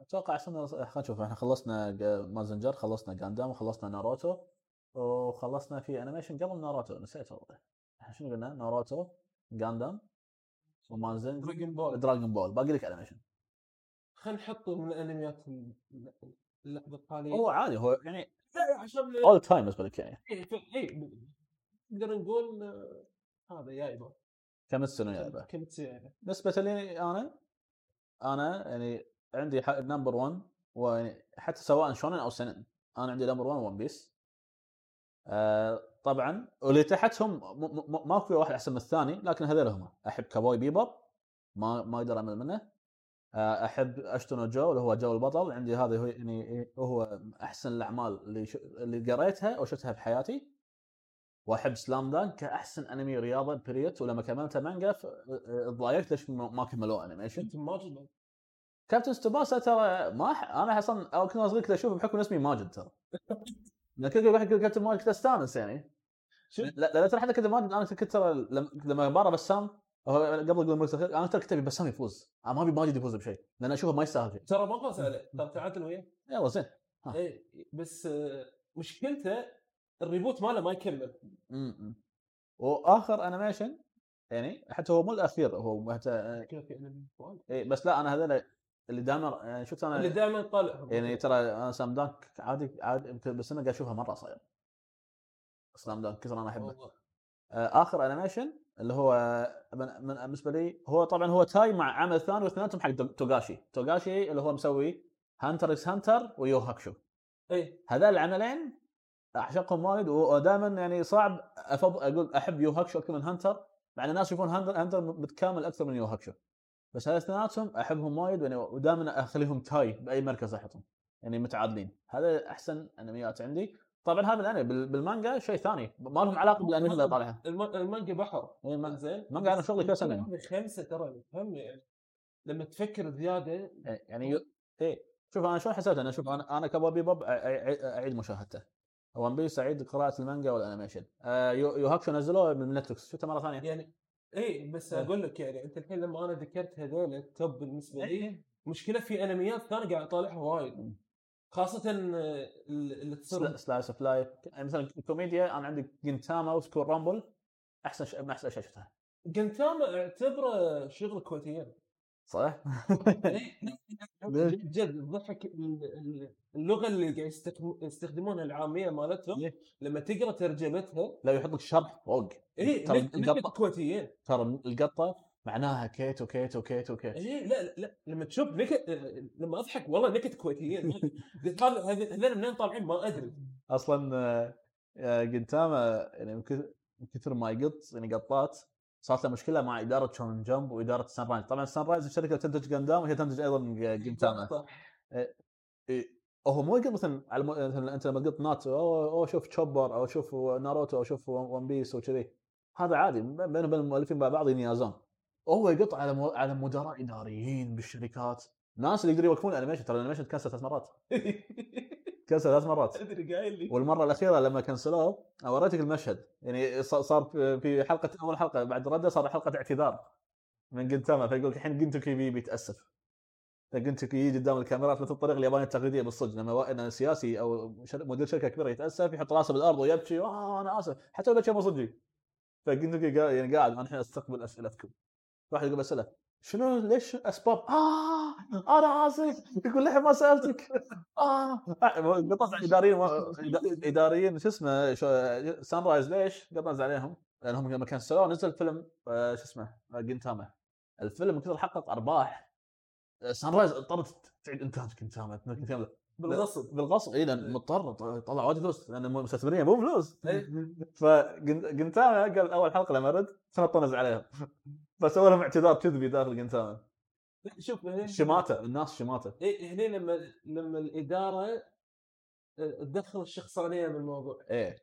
اتوقع عشان خلينا نشوف احنا خلصنا جا- مازنجر خلصنا جاندام وخلصنا ناروتو وخلصنا في انيميشن قبل ناروتو نسيت والله احنا شنو قلنا ناروتو جاندام ومازنجر دراجون بول دراجون بول باقي لك انيميشن خلينا نحطه من الانميات ال- اللحظه الحاليه هو عادي هو يعني لا، عشان اول تايم بالنسبه لك يعني إيه، ف- إيه، نقدر نقول آه، هذا يايبا كم السنه يلعبه كم تسوي بالنسبه لي انا انا يعني عندي نمبر 1 ويعني يعني حتى سواء شونن او سنن انا عندي نمبر 1 ون بيس آه طبعا واللي تحتهم م- م- م- ماكو واحد احسن من الثاني لكن هذول هم احب كابوي بيبر ما ما اقدر امل منه آه، احب اشتونو جو اللي هو جو البطل عندي هذا هو يعني هو احسن الاعمال اللي ش... اللي قريتها او شفتها بحياتي واحب سلام دانك كاحسن انمي رياضه بريت ولما كملته مانجا ف- آه، اتضايقت ليش ما ما كملوه انيميشن انت ماجد كابتن ستوباسا ترى ما أح... انا اصلا أو كنت وأنا صغير كنت اشوفه بحكم اسمي ماجد ترى لما كنت بحكي كابتن ماجد كنت استانس يعني شوف. لا لا ترى حتى كابتن ماجد انا كنت ترى لما- لما برا بسام هو قبل اقول مركز الخير انا ترى كنت ابي بسام يفوز انا ما ابي ماجد يفوز بشيء لان اشوفه ما يستاهل شيء ترى ما فاز عليه ترى تعادل وياه يلا زين آه. ايه بس آه، مشكلته الريبوت ماله ما يكمل م- م. واخر انيميشن يعني حتى هو مو الاخير هو حتى كان في انمي وايد. إيه بس لا انا هذول اللي دائما يعني شفت اللي انا دائما طالعهم يعني ترى انا سلام دانك عادي عادي يمكن بس انا قاعد اشوفها مره صاير سلام دانك كثر انا احبه والله. آه، اخر انيميشن اللي هو من- من- بالنسبه لي هو طبعا هو تاي مع عمل ثاني واثنيناتهم حق دو- توغاشي توغاشي اللي هو مسوي هانتر اكس هانتر ويو هاكشو ايه هذا العملين اعشقهم وايد ودائما يعني صعب أفضل اقول احب يو هاكشو اكثر من هانتر مع ان الناس يشوفون هانتر هانتر متكامل اكثر من يو هاكشو بس هذا اثنيناتهم احبهم وايد يعني ودائما اخليهم تاي باي مركز احطهم يعني متعادلين هذا احسن انميات عندي طبعا هذا الانمي بال- بالمانجا شيء ثاني ما لهم علاقه بالانمي اللي طالعها الم- المانجا بحر يعني ما- زين المانجا أنا شغلي فيها سنة. خمسه ترى فهم يعني لما تفكر زياده يعني يو... ايه شوف انا شلون حسبت انا شوف انا انا كبابي بوب أع- أع- اعيد مشاهدته ون بيس اعيد قراءه المانجا والانيميشن آه يو, يو هاكشو نزلوه من نتفلكس شفته مره ثانيه يعني ايه بس إيه. اقول لك يعني انت الحين لما انا ذكرت هذول التوب بالنسبه لي مشكله في انميات ثانيه قاعد اطالعها وايد خاصه آه، اللي تصير سلا- سلايس اوف لايف يعني مثلا كوميديا انا عندي جنتاما وسكول رامبل احسن ش... من احسن اشياء شفتها جنتاما اعتبره شغل كويتيين صح؟ إيه، جد جد ضحك اللغه اللي قاعد يستخدم- يستخدمونها العاميه مالتهم إيه. لما تقرا ترجمتها لو يحط لك شرح فوق اي إيه، ترى القطة- كويتيين ترى القطه معناها كيت وكيت وكيت وكيت اي إيه، لا لا- لا لما تشوف نكت لما اضحك والله نكت كويتيين قلت هذا- هذا- هذول منين طالعين ما ادري اصلا آه، آه، جنتاما يعني من كث- من كثر ما يقط يعني قطات صارت له مشكله مع اداره شون جمب واداره سان رايز، طبعا سان رايز الشركه اللي تنتج جندام وهي تنتج ايضا ج- جنتاما. إيه، آه، هو مو يقط مثلا على الم- مثلا انت لما تقط ناتسو او او شوف تشوبر او شوف ناروتو او شوف ون بيس وكذي هذا عادي بينه وبين المؤلفين مع بعض ينيازون هو يقط على مو... على مدراء اداريين بالشركات ناس اللي يقدروا يوقفون الانيميشن ترى الانيميشن تكنسل ثلاث مرات تكنسل ثلاث مرات ادري قايل لي والمره الاخيره لما كنسلوه أنا وريتك المشهد يعني ص- صار في- في حلقه اول حلقه بعد رده صار حلقه اعتذار من جنتاما فيقول الحين جنتوكي بي بيتاسف فجنتوكي يجي قدام الكاميرات مثل الطريقه اليابانيه التقليديه بالصدق لما واحد سياسي او شر- مدير شركه كبيره يتاسف يحط راسه بالارض ويبكي اه انا اسف حتى لو بكي مو صدقي فجنتوكي قا- يعني قاعد انا الحين استقبل اسئلتكم واحد يقول اسئله شنو ليش اسباب؟ اه انا اسف يقول للحين ما سالتك اه قطعت اداريين اداريين شو اسمه شو- سان رايز ليش؟ قطعت عليهم لانهم لما كنسلوه نزل فيلم آه، شو اسمه آه، جنتاما الفيلم من كثر حقق ارباح آه، سان رايز اضطرت تعيد انتاج جنتاما جنتاما بالغصب بالغصب اي لان مضطر ط- طلع وايد فلوس لان مو- مستثمرين مو فلوس إيه. فجنتاما قال اول حلقه لما رد سنه طنز عليهم فسووا لهم اعتذار كذبي داخل جنتاما لا، شوف هنا شماته الناس شماته إيه، هنا لما لما الاداره آه، تدخل الشخصانيه بالموضوع ايه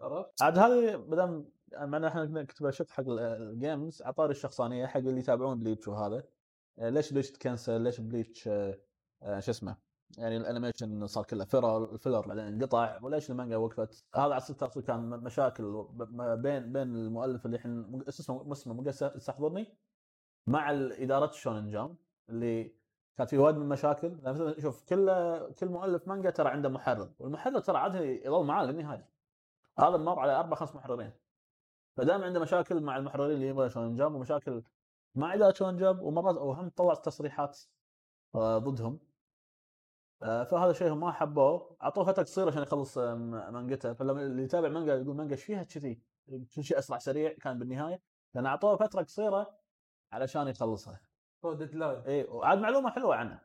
عرفت؟ عاد هذه ما دام مع ان احنا كنت بشوف حق ال- الجيمز عطاري الشخصانيه حق اللي يتابعون بليتش وهذا آه، ليش بليتش تكنسل ليش بليتش آه، آه، شو اسمه يعني الانيميشن صار كله فيلر الفيلر بعدين انقطع وليش المانجا وقفت هذا على سبيل التفصيل كان م- مشاكل ب- ما بين بين المؤلف اللي الحين مو- شو اسمه مو اسمه مو قاعد يستحضرني مع ال- اداره الشونن جام اللي كانت في وايد من المشاكل لأن مثلا شوف كل كل مؤلف مانجا ترى عنده محرر والمحرر ترى عاده يظل معاه للنهايه هذا مر على اربع خمس محررين فدائما عنده مشاكل مع المحررين اللي يبغى شونن جاب ومشاكل مع اداره شونن جاب ومرات وهم طلع تصريحات آه، ضدهم آه، فهذا الشيء هم ما حبوه اعطوه فتره قصيره عشان يخلص آه، م- مانجته فلما اللي يتابع مانجا يقول مانجا ايش فيها كذي كل شيء اسرع سريع كان بالنهايه لان اعطوه فتره قصيره علشان يخلصها هو ديدلاين اي وعاد معلومه حلوه عنه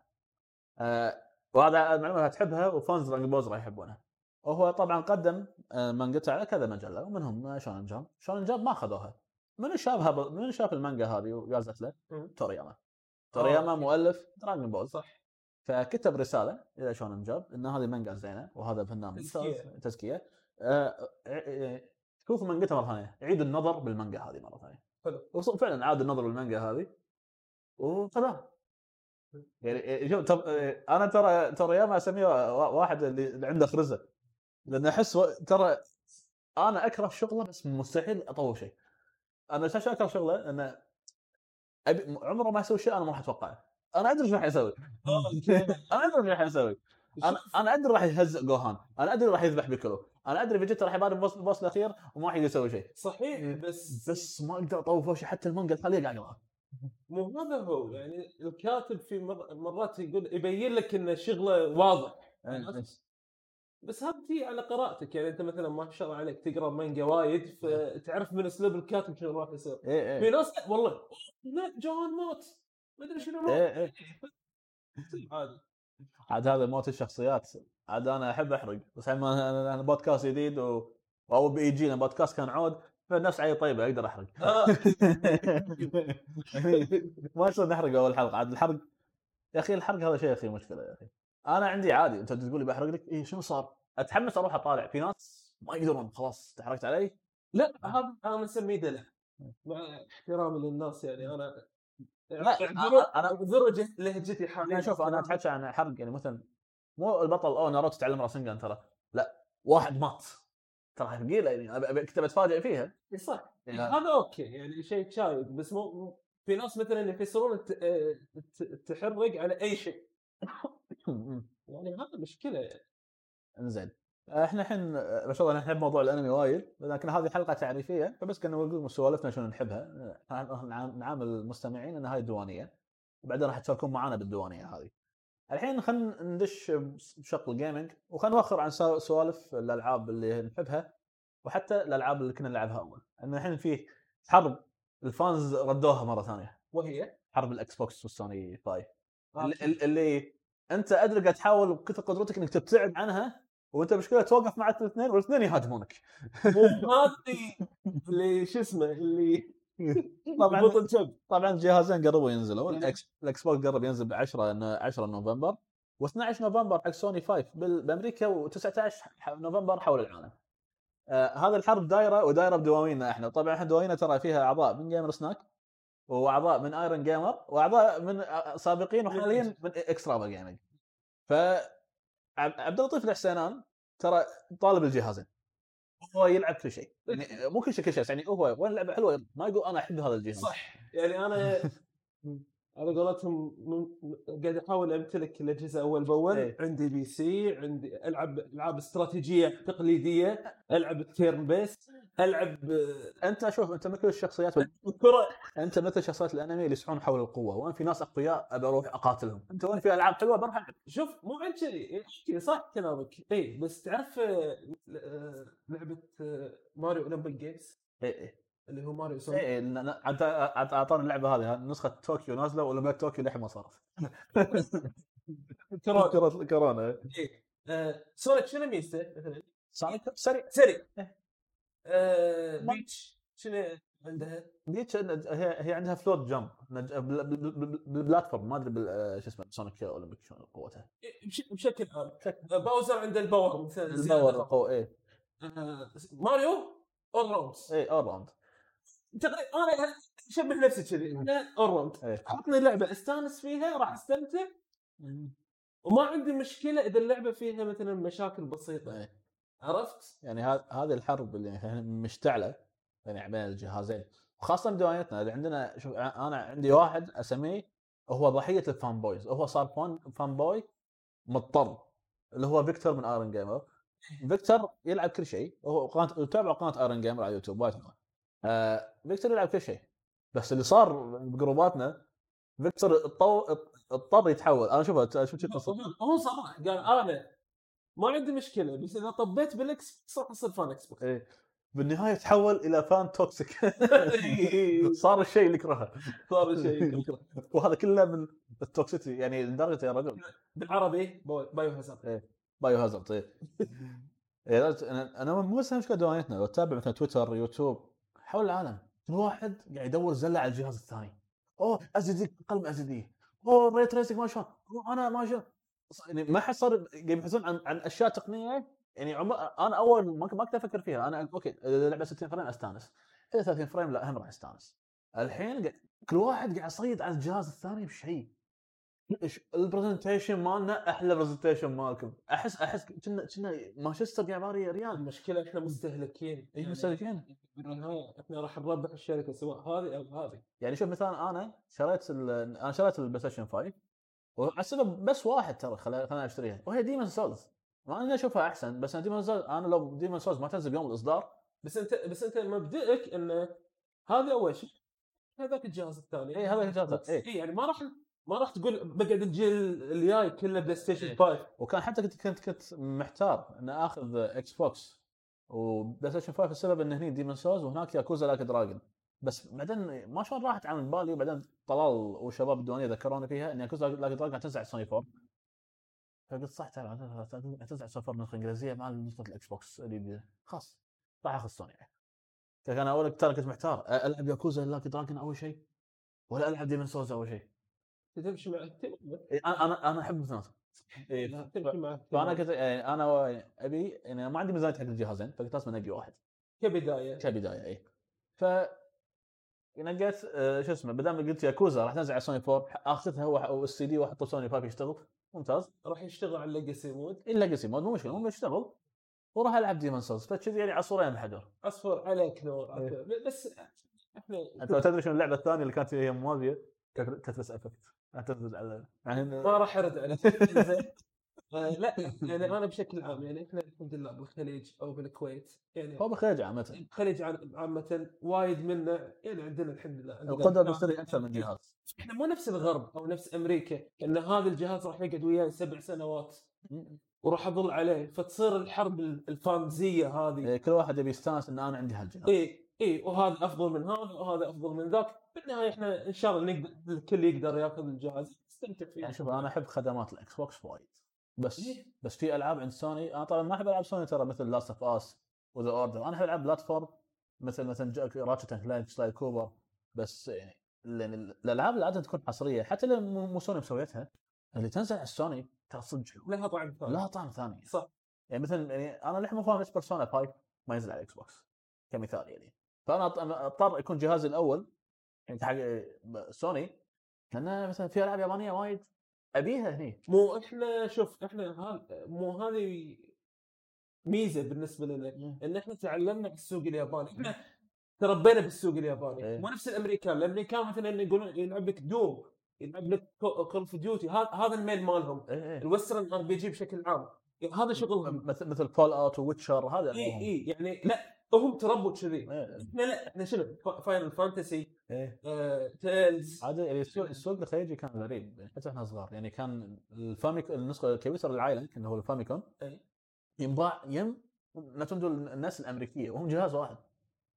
آه وهذا معلومه هتحبها وفانز دراجون بوز راح يحبونها وهو طبعا قدم آه مانجته على كذا مجله ومنهم آه، شونن جامب شونن جامب ما اخذوها من شافها ب... من شاف المانجا هذه وجازت له مم. تورياما تورياما مؤلف دراجون بول صح. فكتب رساله الى شونن جامب ان هذه مانجا زينه وهذا فنان تزكية. ممتاز، تزكيه آه آه، آه، شوفوا مانجته مره ثانيه عيد النظر بالمانجا هذه مره ثانيه حلو. وص- فعلا عاد النظر بالمانجا هذه وخذاها يعني شوف طب انا ترى ترى ياما اسميه وا- واحد اللي اللي عنده خرزه لان احس و- ترى انا اكره شغله بس مستحيل اطور شيء انا ليش اكره شغله؟ لان أبي عمره ما يسوي شيء انا ما راح اتوقعه انا ادري ايش راح يسوي انا ادري ايش راح يسوي انا انا ادري راح يهزق جوهان انا ادري راح يذبح بيكولو انا ادري فيجيتا راح يباري البوس, البوس الاخير وما راح يقدر يسوي شيء صحيح إيه. بس بس ما اقدر اطور شيء حتى المانجا الحاليه قاعد اقراها مو هذا هو يعني الكاتب في مر... مرات يقول يبين لك انه شغله واضح يعني- بس هذا تي على قراءتك يعني انت مثلا ما شاء الله عليك تقرا مانجا وايد فتعرف من اسلوب الكاتب شنو راح يصير ايه في ايه ناس لا والله لا جون موت ما ادري شنو موت ايه ايه عادي عاد هذا موت الشخصيات عاد انا احب احرق بس الحين ما- انا أنا بودكاست جديد و... او بيجي لان بودكاست كان عود فالنفس عي طيبه اقدر احرق آه، ما شلون نحرق اول حلقه عاد الحرق يا اخي الحرق هذا شيء يا اخي مشكله يا اخي انا عندي عادي انت تقول لي بحرق لك اي شنو صار؟ اتحمس اروح اطالع في ناس ما يقدرون خلاص تحركت علي لا آه. هذا انا اسميه دلع مع احترامي للناس يعني انا لا، انا اعذروا جه- لهجتي حاليا يعني شوف انا اتحكى عن حرق يعني مثلا مو البطل او ناروتو تعلم راسنجان ترى لا واحد مات ترى ثقيله يعني أبي- أبي- كنت بتفاجئ فيها إي صح يعني هذا اوكي يعني شيء شايف بس مو- مو في ناس مثلا يفسرون الت- آه، الت- التحرق على اي شيء يعني هذا مشكله يعني انزين احنا الحين آه، ما شاء الله نحب موضوع الانمي وايد لكن هذه حلقه تعريفيه فبس كنا نقول سوالفنا شنو نحبها آه، نعام- نعامل المستمعين ان هاي دوانيه وبعدين راح تشاركون معنا بالديوانيه هذه الحين خلينا ندش بشق الجيمنج وخلينا نوخر عن سو- سوالف الالعاب اللي نحبها وحتى الالعاب اللي كنا نلعبها اول لان الحين في حرب الفانز ردوها مره ثانيه وهي حرب الاكس بوكس والسوني باي آه، اللي- اللي, اللي انت ادري قاعد تحاول بكثر قدرتك انك تبتعد عنها وانت مشكله توقف مع الاثنين والاثنين يهاجمونك مو هذه اللي شو اسمه اللي إيه، طبعا بطل جنب طبعا الجهازين قربوا ينزلوا مم. الإكس- الاكس بوكس قرب ينزل ب 10 إنه- 10 نوفمبر و12 نوفمبر حق سوني 5 بال- بامريكا و19 نوفمبر حول العالم. آه هذا الحرب دايره ودايره بدواويننا احنا، طبعا احنا دواويننا ترى فيها اعضاء من جيمر سناك واعضاء من ايرون جيمر واعضاء من آه، سابقين وحاليا من اكسترافا جيمنج. ف عب- عبد اللطيف الحسينان ترى طالب الجهازين. هو يلعب كل شيء، يعني مو كل شيء كل شيء يعني هو وين لعبه حلوه ما يقول انا احب هذا الجهاز. صح يعني انا على قولتهم من- قاعد احاول امتلك الاجهزه اول باول إيه. عندي بي سي عندي العب العاب استراتيجيه تقليديه العب تيرن بيس العب آه، انت شوف انت مثل الشخصيات كره انت مثل شخصيات الانمي اللي يسعون حول القوه وين في ناس اقوياء ابى اروح اقاتلهم انت وين في العاب حلوه بروح العب شوف مو عن كذي كذي صح كلامك اي بس تعرف آه، آه، لعبه آه، ماريو اولمبيك جيمز اي اللي هو ماريو سونيك اي اعطانا اللعبه هذه نسخه طوكيو نازله ولما طوكيو للحين ما صارت كرة. كرة- كورونا إيه. آه، سونيك شنو ميزته مثلا؟ صار سريع سريع إيه. آه، ما- بيتش شنو عندها؟ بيتش إن- هي هي عندها فلوت جمب نج- بال- بال- بال- بالبلاتفورم ما ادري بال- شو اسمه سونيك اولمبيك شنو قوتها إيه، بش- بشكل عام آه، باوزر عنده الباور مثلا زيادة. الباور القوه اي آه، ماريو اول راوندز اي اول راوند تقريبا انا اشبه نفسي كذي يعني. انا اول راوند إيه. عطني لعبه استانس فيها راح استمتع وما عندي مشكله اذا اللعبه فيها مثلا مشاكل بسيطه إيه. عرفت؟ يعني هذ- هذه الحرب اللي يعني مشتعله يعني بين الجهازين وخاصه بدوايتنا اللي عندنا شوف ع- انا عندي واحد اسميه هو ضحيه الفان بويز هو صار فان فان بوي مضطر اللي هو فيكتور من ايرون جيمر فيكتور يلعب كل شيء وهو قناه تابع قناه ايرون جيمر على يوتيوب وايد حلوة. آه فيكتور يلعب كل شيء بس اللي صار بجروباتنا فيكتور اضطر اضطر يتحول انا شوف شوف شو القصة. هو صراحه قال انا ما عندي مشكله بس اذا طبيت بالاكس بوكس راح اصير فان اكس بوكس إيه. بالنهايه تحول الى فان توكسيك إيه. صار الشيء اللي يكرهه صار شيء وهذا كله من التوكسيتي يعني لدرجه يا رجل بالعربي بايو بايو هازارد بايو هازارد طيب انا إيه، أنا مو بس ايش قد دوايتنا لو تتابع مثلا تويتر يوتيوب حول العالم كل واحد قاعد يدور زله على الجهاز الثاني اوه ازيدي قلب ازيدي اوه ريت ريسك ما شلون أوه، انا ما شلون ص- يعني ما حد صار قاعد يبحثون عن عن اشياء تقنيه يعني عمر انا اول ما ما كنت افكر فيها انا اوكي إذا اللعبه 60 فريم استانس اذا 30 فريم لا هم راح استانس الحين قاعد- كل واحد قاعد يصيد على الجهاز الثاني بشيء إيش- البرزنتيشن مالنا احلى برزنتيشن مالكم احس احس كنا كنا مانشستر قاعد ماري ريال أيوة، المشكله احنا مستهلكين اي يعني مستهلكين بالنهايه احنا راح نربح الشركه سواء هذه او هذه يعني شوف مثلا انا شريت ال- انا شريت البلاي ستيشن 5 وعلى سبب بس واحد ترى خلا- خلاني اشتريها وهي ديمون سولز مع اني اشوفها احسن بس انا ديمون سولز انا لو ديمون سولز ما تنزل بيوم الاصدار بس انت بس انت مبدئك انه هذا اول شيء هذاك الجهاز الثاني إيه، هذاك الجهاز بس- إيه. إيه يعني ما راح ما راح تقول بقعد الجيل الجاي كله بلاي ستيشن إيه. 5 وكان حتى كنت كنت كنت محتار ان اخذ اكس بوكس وبلاي ستيشن 5 السبب ان هني ديمون سولز وهناك ياكوزا لاك دراجون بس بعدين ما شلون راحت عن بالي وبعدين طلال وشباب الديوانيه ذكروني فيها ان ياكوزا لاك دراجون هتنزل على سوني 4 فقلت صح ترى هتنزل على سوني 4 النسخه الانجليزيه مع نسخه الاكس بوكس الجديده خلاص راح اخذ سوني يعني كان اقول لك ترى كنت محتار العب ياكوزا لاك دراجون اول شيء ولا العب ديمون سولز اول شيء تمشي مع تمشي مع- إيه، انا انا انا احب الاثنين إيه. لا، تمشي مع فانا كنت يعني انا و- يعني ابي يعني ما عندي ميزانيه حق الجهازين فكنت لازم انقي واحد كبدايه كبدايه اي إيه. ف نقيت آه، شو اسمه بدل ما قلت ياكوزا راح تنزل على سوني 4 اخذها وأح- والسي دي واحطه سوني 5 يشتغل ممتاز راح يشتغل على الليجاسي مود الا ليجاسي مود مو مشكله مو يشتغل وراح العب ديمون سولز فكذي يعني عصورين بحجر اصفر عليك نور إيه. عليك. بس احنا انت لو تدري شنو اللعبه الثانيه اللي كانت هي موازيه تترس افكت راح تنزل على يعني ما راح ارد عليك زين آه، لا يعني انا بشكل عام يعني احنا الحمد لله بالخليج او بالكويت يعني هو بخير عامه الخليج عام- عامة وايد منا يعني عندنا الحمد لله عندنا القدره نشتري اكثر من جهاز احنا مو نفس الغرب او نفس امريكا ان هذا الجهاز راح يقعد وياي سبع سنوات وراح اظل عليه فتصير الحرب ال- الفانزيه هذه إيه، كل واحد يبي يستانس ان انا عندي هالجهاز اي اي وهذا افضل من هذا وهذا افضل من ذاك بالنهايه احنا ان شاء الله نقدر الكل يقدر ياخذ الجهاز يستمتع فيه يعني شوف انا احب خدمات الاكس بوكس وايد بس إيه. بس في العاب عند سوني انا طبعا ما احب العاب سوني ترى مثل لاست اوف اس وذا اوردر انا احب العاب بلاتفورم مثل مثلا راتشت اند كلانك سلاي كوبر بس يعني لأن الالعاب اللي عاده تكون حصريه حتى لو مو مو سوني مسويتها اللي تنزل على السوني ترى صدق حلوة. لها طعم ثاني لها طعم ثاني صح. يعني مثلا يعني انا للحين مو فاهم ليش بيرسونا 5 ما ينزل على الاكس بوكس كمثال يعني فانا أط- أنا اضطر يكون جهازي الاول يعني حق سوني لان مثلا في العاب يابانيه وايد ابيها هني مو احنا شوف احنا ها مو هذه ميزه بالنسبه لنا ان احنا تعلمنا بالسوق الياباني احنا تربينا بالسوق الياباني إيه. مو نفس الامريكان الامريكان مثلا يقولون يلعب لك دوم يلعب لك كول اوف ديوتي هذا الميل مالهم إيه، إيه. الوسترن ار بي جي بشكل عام هذا شغلهم مثل مثل فول اوت وويتشر هذا اي ألعابهم. اي يعني لا هم تربوا كذي إيه. احنا لا احنا شنو فاينل فانتسي ايه آه، تيلز عاد يعني السوق السوق الخليجي كان غريب يعني حتى احنا صغار يعني كان الفاميك النسخه الكمبيوتر العائله اللي هو الفاميكون إيه. ينباع يم نتندو الناس الامريكيه وهم جهاز واحد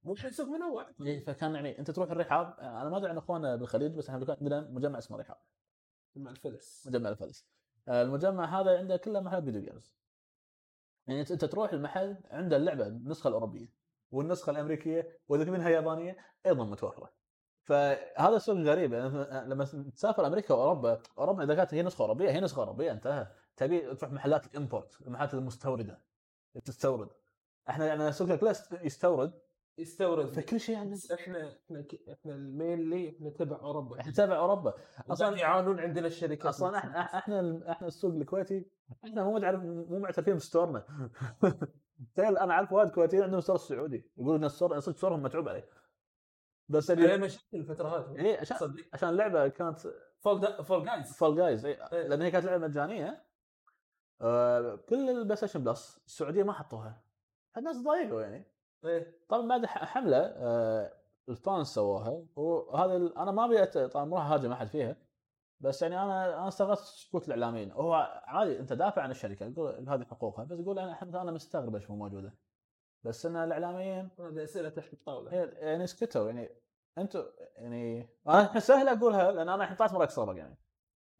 مو حسب من اول يعني فكان يعني انت تروح الرحاب انا ما ادري عن اخواننا بالخليج بس احنا كان عندنا مجمع اسمه رحاب مع الفلس مجمع الفلس آه، المجمع هذا عنده كله محل فيديو جيمز يعني انت أنت تروح المحل عنده اللعبه النسخه الاوروبيه والنسخه الامريكيه واذا في منها يابانيه ايضا متوفره فهذا سوق غريب يعني لما تسافر امريكا واوروبا اوروبا اذا كانت هي نسخه اوروبيه هي نسخه اوروبيه انتهى تبي تروح محلات الامبورت المحلات المستورده تستورد احنا يعني سوقنا كله يستورد يستورد فكل شيء عندنا بس احنا احنا ك- احنا المينلي احنا تبع اوروبا احنا تابع اوروبا اصلا يعانون عندنا الشركات اصلا احنا احنا احنا السوق الكويتي احنا مو متعرف مو معترفين بستورنا تخيل انا اعرف وايد كويتيين عندهم ستور سعودي يقولون ان الستور صدق ستورهم متعوب عليه بس عليه اللي مشاكل الفتره هذه إيه عشان صدق عشان اللعبه كانت فول دا- فول جايز فول جايز إيه. لان هي كانت لعبه مجانيه آه، كل البلاي ستيشن بلس السعوديه ما حطوها الناس ضايقوا يعني إيه. طبعا بعد ح- حمله آه، الفانز سووها وهذا ال- انا ما ابي أت- طبعا ما راح اهاجم احد فيها بس يعني انا انا استغربت سكوت الاعلاميين هو عادي انت دافع عن الشركه تقول هذه حقوقها بس قول انا احنا انا مستغرب ليش مو موجوده بس ان الاعلاميين هذه اسئله تحت الطاوله هي- يعني سكتوا يعني انتم يعني انا الحين سهل اقولها لان انا الحين طلعت من اكس سابق يعني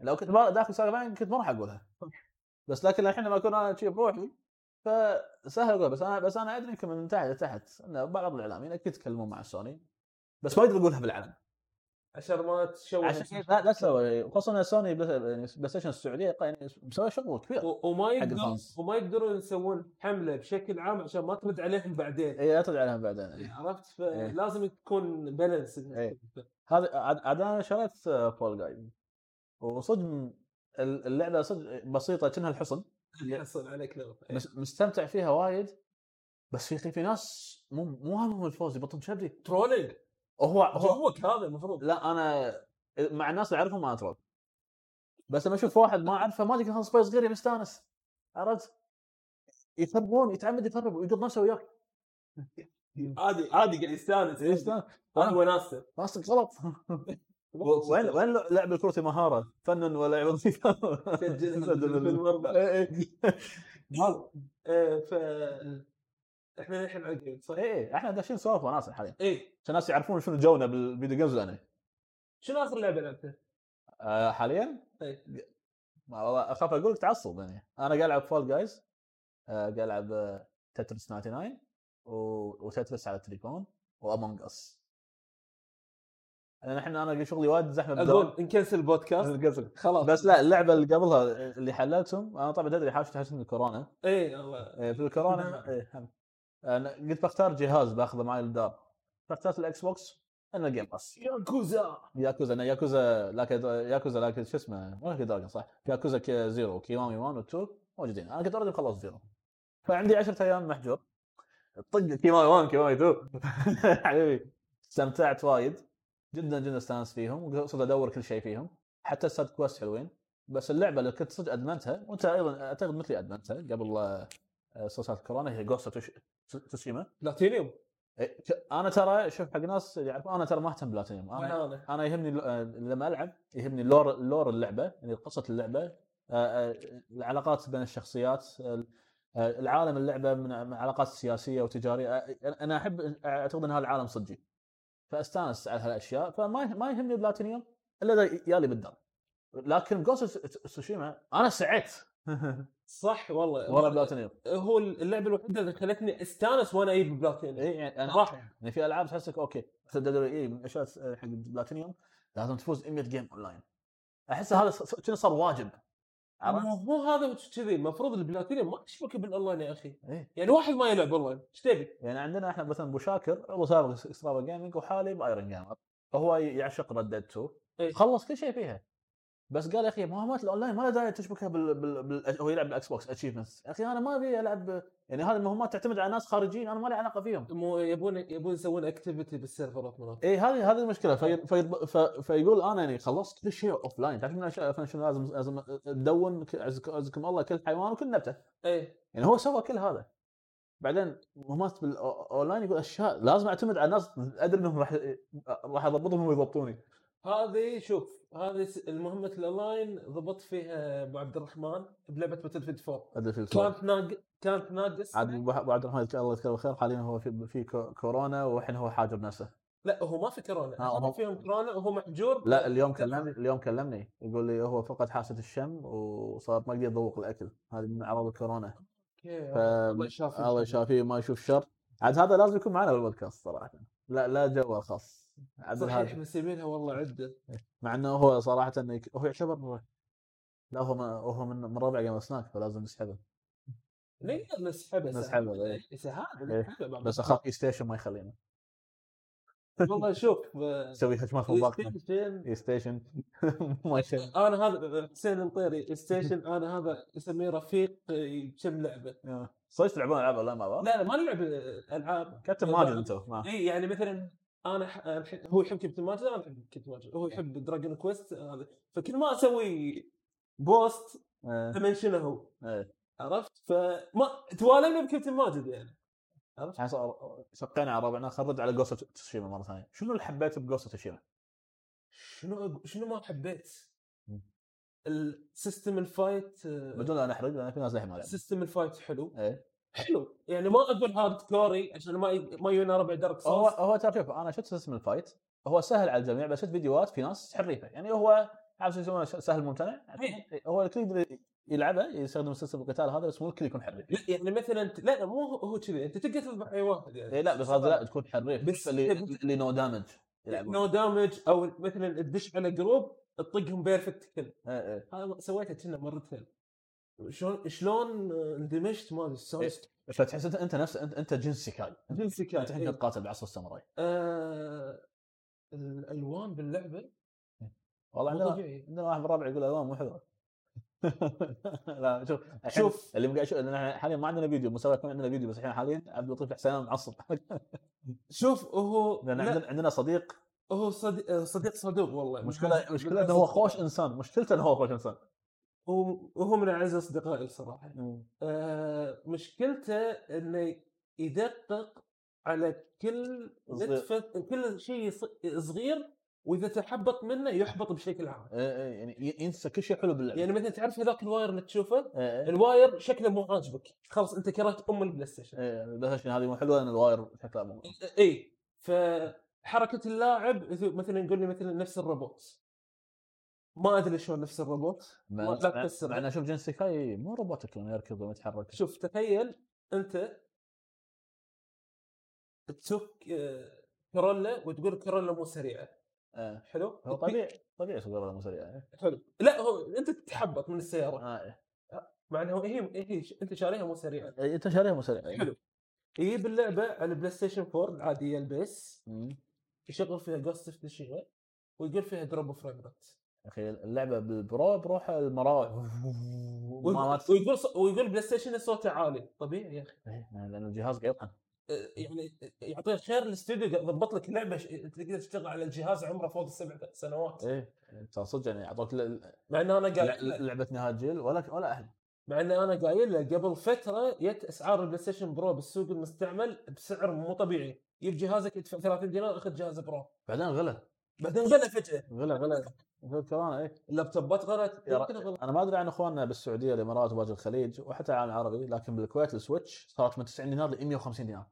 لو كنت بار- داخل سابق يعني كنت ما راح اقولها بس لكن الحين لما اكون انا شيء بروحي فسهل اقولها بس انا بس انا ادري يمكن من تحت لتحت ان بعض الاعلاميين اكيد يتكلمون مع سوني بس ما اقدر اقولها بالعلن عشان ما تشوه عشان كذا لا لا تسوي خصوصا ان سوني بلاي يعني بلاي ستيشن السعوديه يعني مسوي شغل كبير و- وما يقدرون الفانز. وما يقدرون يسوون حمله بشكل عام عشان ما ترد عليهم بعدين اي إيه، لا تدري عليهم بعدين عرفت إيه. فلازم تكون بالانس إيه. هذا عاد عاد انا شريت فول جايد وصدق م- ال- اللعبه صدق بسيطه كأنها الحصن يحصل عليك نغمه إيه. مس- مستمتع فيها وايد بس في في ناس مو مو همهم الفوز يبطون شبدي ترولينج هو هو جوك هذا المفروض لا انا مع الناس اللي اعرفهم انا اترول بس لما اشوف واحد ما اعرفه ما ادري كان صبي صغير مستانس عرفت يخربون يتعمد يخرب ويقض نفسه وياك عادي عادي قاعد يستانس ليش انا لا؟ أنا- وناسه ماسك غلط وين وين لعب الكرة مهارة فن ولا وظيفة سجلها إيه، هذا آه، ف احنا الحين على جيم صح؟ ايه احنا داشين سوالف وناسه حاليا ايه عشان الناس يعرفون شنو جونا بالفيديو جيمز والانمي شنو اخر لعبه لعبتها؟ آه، حاليا إيه. ما والله اخاف اقول لك تعصب يعني انا قاعد العب فول جايز قاعد العب آه، تترس 99 و- وتترس على التليفون وامونج اس انا الحين انا شغلي وايد زحمه بالدوام. اقول نكنسل البودكاست خلاص بس لا اللعبه اللي قبلها اللي حللتهم انا طبعا تدري حاش تحسن الكورونا ايه الله إيه، في الكورونا إيه، هم. انا قلت بختار جهاز باخذه معي للدار فاخترت الاكس بوكس انا الجيم باس ياكوزا ياكوزا انا ياكوزا لكن ياكوزا لكن شو اسمه ولا كي دراجون صح ياكوزا كي زيرو كيوامي 1 و 2 موجودين انا كنت اوريدي مخلص زيرو فعندي 10 ايام محجور طق كيوامي 1 كيوامي 2 حبيبي استمتعت وايد جدا جدا استانس فيهم وصرت ادور كل شيء فيهم حتى الساد كويست حلوين بس اللعبه اللي كنت صدق ادمنتها وانت ايضا اعتقد مثلي ادمنتها قبل آه، آه، سلسله كورونا هي جوست توشيما بلاتينيوم إيه، ك- انا ترى شوف حق ناس يعرفون انا ترى ما اهتم بلاتينيوم انا وين انا؟ انا يهمني ال- آه، لما العب يهمني لور لور اللعبه يعني قصه اللعبه آه، آه، العلاقات بين الشخصيات ال- آه، العالم اللعبه من من علاقات سياسيه وتجاريه آه، انا احب اعتقد ان هذا العالم صجي فاستانس على هالاشياء فما يه- ما يهمني بلاتينيوم الا اذا يالي بالدار لكن جوست سوشيما انا سعيت صح والله ورا بلاتينيوم هو اللعبه الوحيده اللي خلتني استانس وانا اجيب بلاتينيوم إيه، يعني انا صراحه يعني في العاب تحسك اوكي مثل دبليو اي إيه، من آه، الاشياء حق بلاتينيوم لازم تفوز 100 جيم اون لاين احس هذا ص- ص- كأنه صار واجب عرفت؟ مو هذا كذي المفروض البلاتينيوم ما تشبك بالاونلاين يا اخي إيه. يعني واحد ما يلعب اونلاين ايش تبي؟ يعني عندنا احنا مثلا ابو شاكر عضو سابق اكسترافا جيمنج وحالي بايرن جيمر هو يعشق ردد 2 إيه. خلص كل شيء فيها بس قال يا اخي مهمات الاونلاين ما لها داعي تشبكها بال... بال... بال... هو يلعب بالاكس بوكس اتشيفمنتس يا اخي انا ما ابي العب يعني هذه المهمات تعتمد على ناس خارجيين انا ما لي علاقه فيهم مو يبون يبون يسوون اكتيفيتي بالسيرفرات مالتهم اي إيه، هذه هذه المشكله في في في فيقول انا يعني خلصت كل شيء اوف لاين تعرف من الاشياء مثلاً شنو لازم لازم تدون ك- عزك- عزكم الله كل حيوان وكل نبته اي يعني هو سوى كل هذا بعدين مهمات بالاونلاين يقول اشياء لازم اعتمد على ناس ادري انهم راح راح اضبطهم ويضبطوني هذه شوف هذه س- المهمه الاونلاين ضبط فيها ابو عبد الرحمن بلعبه باتل فيد 4 ادري في الكلام. كانت ناق كانت ناقص طيب. عاد أبو- ابو عبد الرحمن يذكر- الله يذكره بالخير حاليا هو في, في كو- كورونا والحين هو حاجب نفسه لا هو ما في كورونا آه، آه هو- فيهم كورونا وهو محجور لا اليوم كلمني اليوم كلمني يقول لي هو فقد حاسه الشم وصار ما يقدر يذوق الاكل هذه من اعراض الكورونا أوكي، ف- الله يشافيه الله يشافيه ما يشوف شر عاد هذا لازم يكون معنا بالبودكاست صراحه لا لا جو خاص عاد صحيح هذا بس يبيلها والله عده مع انه هو صراحه إنه يك- هو يعتبر لا هو ما هو من من ربع جيم سناك فلازم نسحبه نقدر نسحبها نسحبها، سحبة. إيه. سحابه نسحبها بعد بس اخاف اي ستيشن ما يخلينا والله شوف آه، ب- يسوي هجمات في ضغطنا ستيشن اي ستيشن ما يشيل انا هذا حسين المطيري ستيشن انا هذا اسميه رفيق آه، كم لعبه صدق تلعبون العاب اونلاين مع بعض؟ لا لا ما نلعب آه، العاب كابتن ماجد انتم ما- اي يعني مثلا انا ح- أنا ح- هو يحب كابتن ماجد انا احب كابتن ماجد هو يحب دراجون كويست هذا فكل ما اسوي بوست إيه. امنشنه هو إيه. عرفت فما توالينا بكابتن ماجد يعني عرفت الحين صار- شقينا على ربعنا خرج على جوست تشيما مره ثانيه شنو اللي حبيته بجوست تشيما؟ شنو شنو ما حبيت مم. السيستم الفايت آه، بدون لا نحرق لان في ناس للحين ما لعبوا. سيستم الفايت حلو إيه. حلو يعني ما اقول هارد كوري عشان ما ي- ما يجونا ربع درك هو صوص هو ترى شوف انا شفت اسم الفايت هو سهل على الجميع بس شفت فيديوهات في ناس حريفه يعني هو عارف شو يسمونه سهل ممتنع إيه. هو الكل يقدر يلعبه يستخدم سلسله القتال هذا بس مو الكل يكون حريف لا يعني مثلا انت- لا لا مو هو كذي انت تقدر تذبح اي واحد يعني إيه لا بس هذا لا تكون حريف بس- بس اللي اللي نو دامج يلعبون نو دامج او مثلا تدش على جروب تطقهم بيرفكت كل إيه إيه. هذا سويته كنا مرتين شلون شلون آه، اندمجت ما إيه. ادري استانست فتحس انت انت نفس انت انت جنس سيكاي جنسي انت الحين كان إيه. تقاتل بعصر الساموراي آه، الالوان باللعبه والله مو عندنا طبيعي عندنا واحد من ربعي يقول الوان مو حلوه لا شوف الحين شوف اللي قاعد يشوف لأن إحنا حاليا ما عندنا فيديو مسابقه ما عندنا فيديو بس الحين حاليا عبد اللطيف حسين معصب شوف هو لان لا، عندنا عندنا صديق هو صديق آه، صديق صدوق والله مشكلة مشكلة انه هو خوش انسان مشكلته انه هو خوش انسان هو وهو من اعز اصدقائي الصراحه آه مشكلته انه يدقق على كل صغير. نتفه كل شيء ص- صغير واذا تحبط منه يحبط بشكل عام إيه إيه، يعني ي- ينسى كل شيء حلو باللعب يعني مثلا تعرف هذاك الواير اللي تشوفه إيه، إيه، الواير شكله مو عاجبك خلاص انت كرهت ام البلاي ستيشن إيه، بس عشان هذه مو حلوه لان الواير شكلها مو اي فحركه اللاعب إذا مثلا نقول لي مثلا نفس الروبوت ما ادري شلون نفس الروبوت مع لا تكسر. مع انه شوف جنسي كاي مو روبوتك لما يركض ويتحرك شوف تخيل انت تسوق آه، كورولا وتقول كورولا مو سريعه إيه. حلو هو طبيعي طبيعي يسوق مو سريع إيه. حلو لا هو انت تتحبط من السياره آه، إيه. مع انه هي هي ش- انت شاريها مو سريعه إيه، انت شاريها مو سريع إيه. حلو يجيب اللعبه على البلاي ستيشن 4 العاديه البيس مم. يشغل فيها جوست اوف تشيما ويقول فيها دروب اوف فريمرات يا اخي اللعبه بالبرو بروح المراوح ما مات ويقول ص- ويقول بلاي ستيشن صوته عالي طبيعي يا اخي إيه، لان الجهاز قاعد يطحن آه، يعني يعطيه خير الاستوديو ضبط لك لعبه ش- تقدر تشتغل على الجهاز عمره فوق السبع سنوات ايه ترى صدق يعني اعطوك ل- مع ان انا ل- قاعد لعبه نهايه جيل ولا ولا احلى مع ان انا قايل له قبل فتره جت اسعار البلاي ستيشن برو بالسوق المستعمل بسعر مو طبيعي جيب جهازك يدفع 30 دينار اخذ جهاز برو بعدين غلى بعدين غلى فجاه غلا غلا غلا كورونا ايه اللابتوبات غلت يا كله غلى انا ما ادري عن اخواننا بالسعوديه الامارات وباقي الخليج وحتى العالم العربي لكن بالكويت السويتش صارت من 90 دينار ل 150 دينار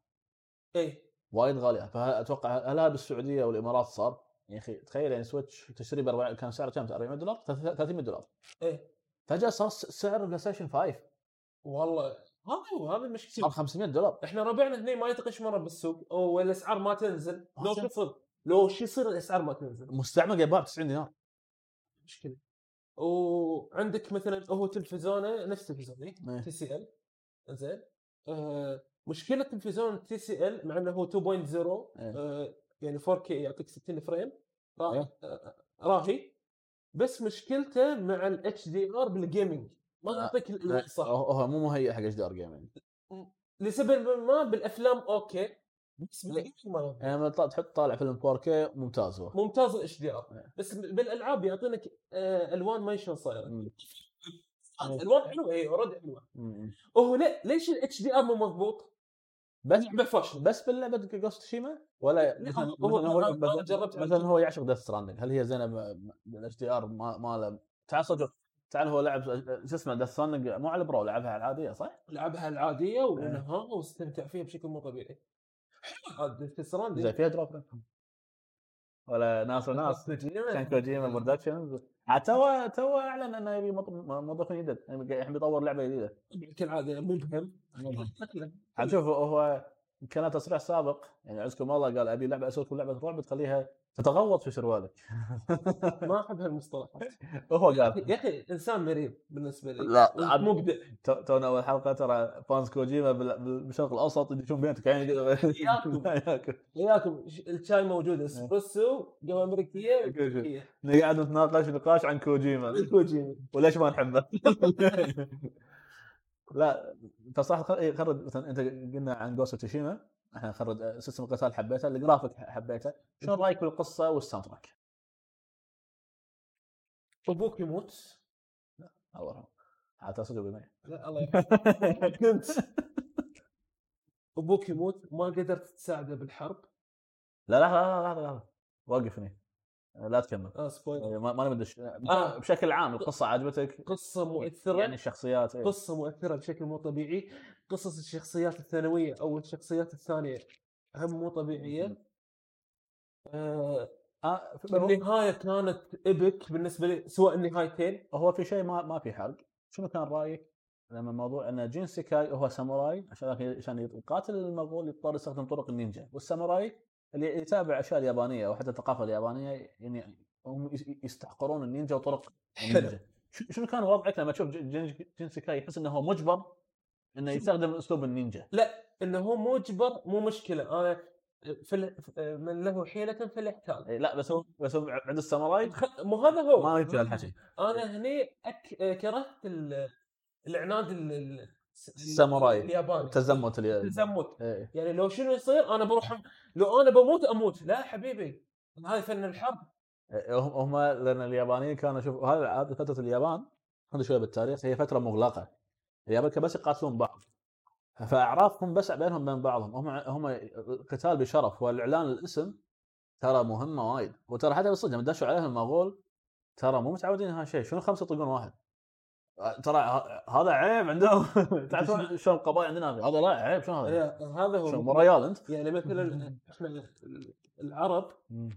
اي وايد غاليه فاتوقع هلا بالسعوديه والامارات صار يا اخي تخيل يعني سويتش تشتري ب 40 كان سعره كم 400 دولار 300 دولار اي فجاه صار س- سعر البلاي ستيشن 5 والله هذا هو هذا صار المشكله 500 دولار احنا ربعنا هنا ما يطقش مره بالسوق او الاسعار ما تنزل ما لو شو تنزل. يصير لو شو يصير الاسعار ما تنزل مستعمل قاعد يباع ب 90 دينار مشكله وعندك مثلا هو تلفزيونه نفس تلفزيوني إيه. تي سي ال زين آه، مشكله تلفزيون تي سي ال مع انه هو 2.0 إيه. آه، يعني 4K يعطيك 60 فريم راهي إيه. آه، راهي بس مشكلته مع الاتش دي ار بالجيمنج ما آه، يعطيك الألوان صح هو هو مو مهيئ حق اتش دي ار جيمنج لسبب ما بالافلام اوكي بس بالجيمنج ما يعطيك. يعني لما تطلع تحط طالع فيلم 4K ممتاز هو ممتاز الاتش دي ار إيه. بس بالالعاب يعطونك آه، الوان ما شلون صايره مم. إيه. الوان حلوه هي اوريدي حلوه مم. وهو لا ليش الاتش دي ار مو مضبوط؟ بس لعبه فاشله بس باللعبه جوست شيما ولا لا، مثلا هو- مثلا هو أنا- أنا جربت مثلا هو يعشق ديث ستراندنج هل هي زينه بالاتش دي ار ماله تعال صدق تعال هو لعب شو اسمه ديث ستراندنج مو على برو لعبها على العاديه صح؟ لعبها العاديه إيه. ونهاها واستمتع فيها بشكل مو طبيعي حلوة عاد في السراندي. زين فيها دروب ولا ناس وناس كوجيما. كان كوجيما إيه. آه، برودكشنز عاد تو تو اعلن انه يبي مط- موظفين جدد يعني قاعد- الحين بيطور لعبه جديده كالعاده مبهم عاد شوف هو كان تصريح سابق يعني عزكم الله قال ابي لعبه اسوي لكم لعبه رعب تخليها تتغوط في شروالك ما احب هالمصطلحات هو قال يا اخي انسان مريض بالنسبه لي لا عاد مبدع تو- تونا اول حلقه ترى فانز كوجيما بال- بال- بالشرق الاوسط يدشون بينك يعني ياكل. وياكم ش- الشاي موجود إيه. اسبريسو قهوه امريكيه وكوكية. قاعد نتناقش نقاش عن كوجيما كوجيما وليش ما نحبه؟ لا انت صح خ- إيه، خرد مثلا انت قلنا عن جوست تشيما احنا خرد سيستم آه، القتال حبيته الجرافيك حبيته شنو رايك بالقصه والساوند تراك؟ ابوك يموت الله يرحمه عاد صدق بالمية. لا الله يرحمه كنت ابوك يموت ما قدرت تساعده بالحرب لا لا لا لا لا وقف هنا لا تكمل اه سبويلر إيه، ما ما ندش آه. بشكل عام القصه عجبتك قصه مؤثره يعني الشخصيات إيه. قصه مؤثره بشكل مو طبيعي قصص الشخصيات الثانويه او الشخصيات الثانيه هم مو طبيعيه آه آه في- هو- النهايه كانت ايبك بالنسبه لي سواء النهايتين هو في شيء ما ما في حرق شنو كان رايك لما موضوع ان جين سيكاي هو ساموراي عشان عشان يقاتل المغول يضطر يستخدم طرق النينجا والساموراي اللي يتابع اشياء اليابانيه او حتى الثقافه اليابانيه يعني هم يس- يستحقرون النينجا وطرق النينجا ش- شنو كان وضعك لما تشوف جين- جين جين سيكاي يحس انه هو مجبر انه يستخدم اسلوب النينجا انه هو مجبر مو مشكله انا في ال- في- آه، من له حيله في الاحتال إيه، لا بس هو بس هو عند الساموراي خ- مو هذا هو طيب. ما يمكن الحكي انا هني أك... آه، كرهت ال... العناد ال... ال- الساموراي. الياباني تزمت الي- التزمت إيه. يعني لو شنو يصير انا بروح لو انا بموت اموت لا حبيبي هاي فن الحرب هم أه، هم لان اليابانيين كانوا شوف هذا هذه فتره اليابان هذا شويه بالتاريخ هي فتره مغلقه اليابان كانوا بس يقاتلون بعض فاعرافهم بس بينهم بين بعضهم هم هم القتال بشرف والاعلان الاسم ترى مهمه وايد وترى حتى بالصدق لما دشوا عليهم المغول ترى مو متعودين على هالشيء شنو خمسه يطقون واحد أه، ترى ه- هذا عيب عندهم تعرفون شلون القبائل عندنا هذا لا عيب شنو هذا إيه، هذا شنو هو مو ريال انت يعني مثلا احنا العرب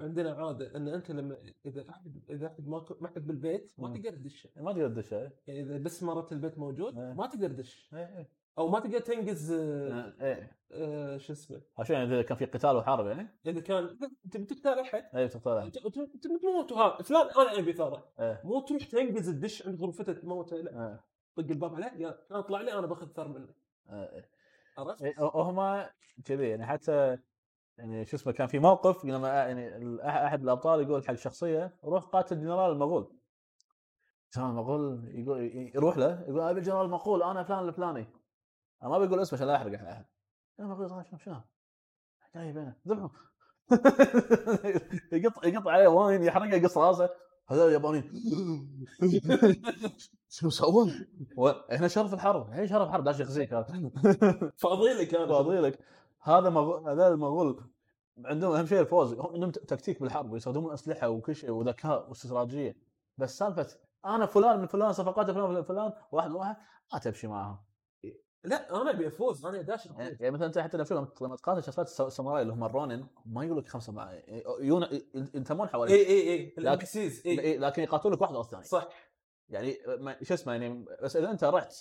عندنا عاده ان انت لما اذا احد اذا احد ما ما حد بالبيت ما مم. تقدر تدش ما تقدر تدش إيه. يعني اذا بس مرات البيت موجود إيه. ما تقدر تدش إيه، او ما تقدر تنقز آه، إيه. ايه آه، شو اسمه عشان اذا كان في قتال وحرب يعني اذا كان تبي تقتل احد اي تقتال انت انت انت بتموت وها فلان انا ابي ثاره طيب. إيه. مو تروح تنقز الدش عند غرفته تموته لا آه، طق الباب عليه يا انا اطلع لي انا باخذ ثار منه آه. عرفت؟ إيه، هم كذي يعني حتى يعني شو اسمه كان في موقف لما يعني ال- أح- احد الابطال يقول حق شخصيه روح قاتل جنرال المغول جنرال المغول يقول ي- يروح له يقول ابي جنرال المغول انا فلان الفلاني انا ما بقول اسمه عشان لا احرق احد احد جنرال المغول صار شنو شنو جاي بينه ذبحه يقط يقط عليه واين يحرقه يقص راسه هذول اليابانيين شنو سووا؟ و- هنا شرف الحرب هي شرف الحرب داش يغزيك هذا فاضي لك انا فاضي لك هذا مغول هذا المغول عندهم اهم شيء الفوز هم عندهم ت- تكتيك بالحرب ويستخدمون اسلحه وكل شيء وذكاء واستراتيجيه بس سالفه انا فلان من فلان صفقات فلان من فلان واحد من واحد ما تمشي معاهم لا انا ابي افوز انا داش يعني يعني مثلا انت حتى لو شوف لما- لما تقاتل شخصيات الس- الساموراي اللي هم الرونن ما يقول لك خمسه مع ي- يون- ي- ينتمون اي حواليك اي اي الاكسيز اي طيب. إيه، لكن يقاتلونك واحد ورا الثاني إيه، صح يعني ما- شو اسمه يعني بس اذا انت رحت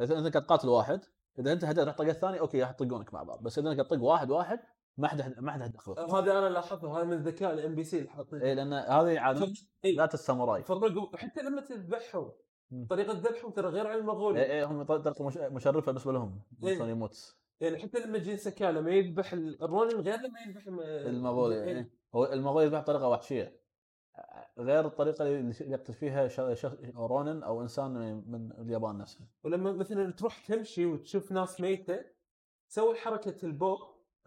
اذا انت قاعد تقاتل واحد اذا انت هدف رحت طقت ثاني اوكي راح يطقونك مع بعض بس اذا انت قاعد تطق واحد واحد ما حد ما حد دخل هذا انا لاحظته هذا من ذكاء الام بي سي اللي حاطينه اي لان هذه عاده إيه. ذات الساموراي فرقوا حتى لما تذبحهم مم. إيه. طريقه ذبحهم ترى غير عن المغول اي هم طريقه مش- مشرفه بالنسبه لهم إيه. سوني موتس يعني حتى لما جين سكا لما يذبح ال- الرونين غير لما يذبح الم- المغول إيه. يعني هو المغول يذبح بطريقه وحشيه غير الطريقه اللي يقتل فيها ش- شخص رونن او انسان من- من اليابان نفسه ولما مثلا تروح تمشي وتشوف ناس ميته سوي حركه البو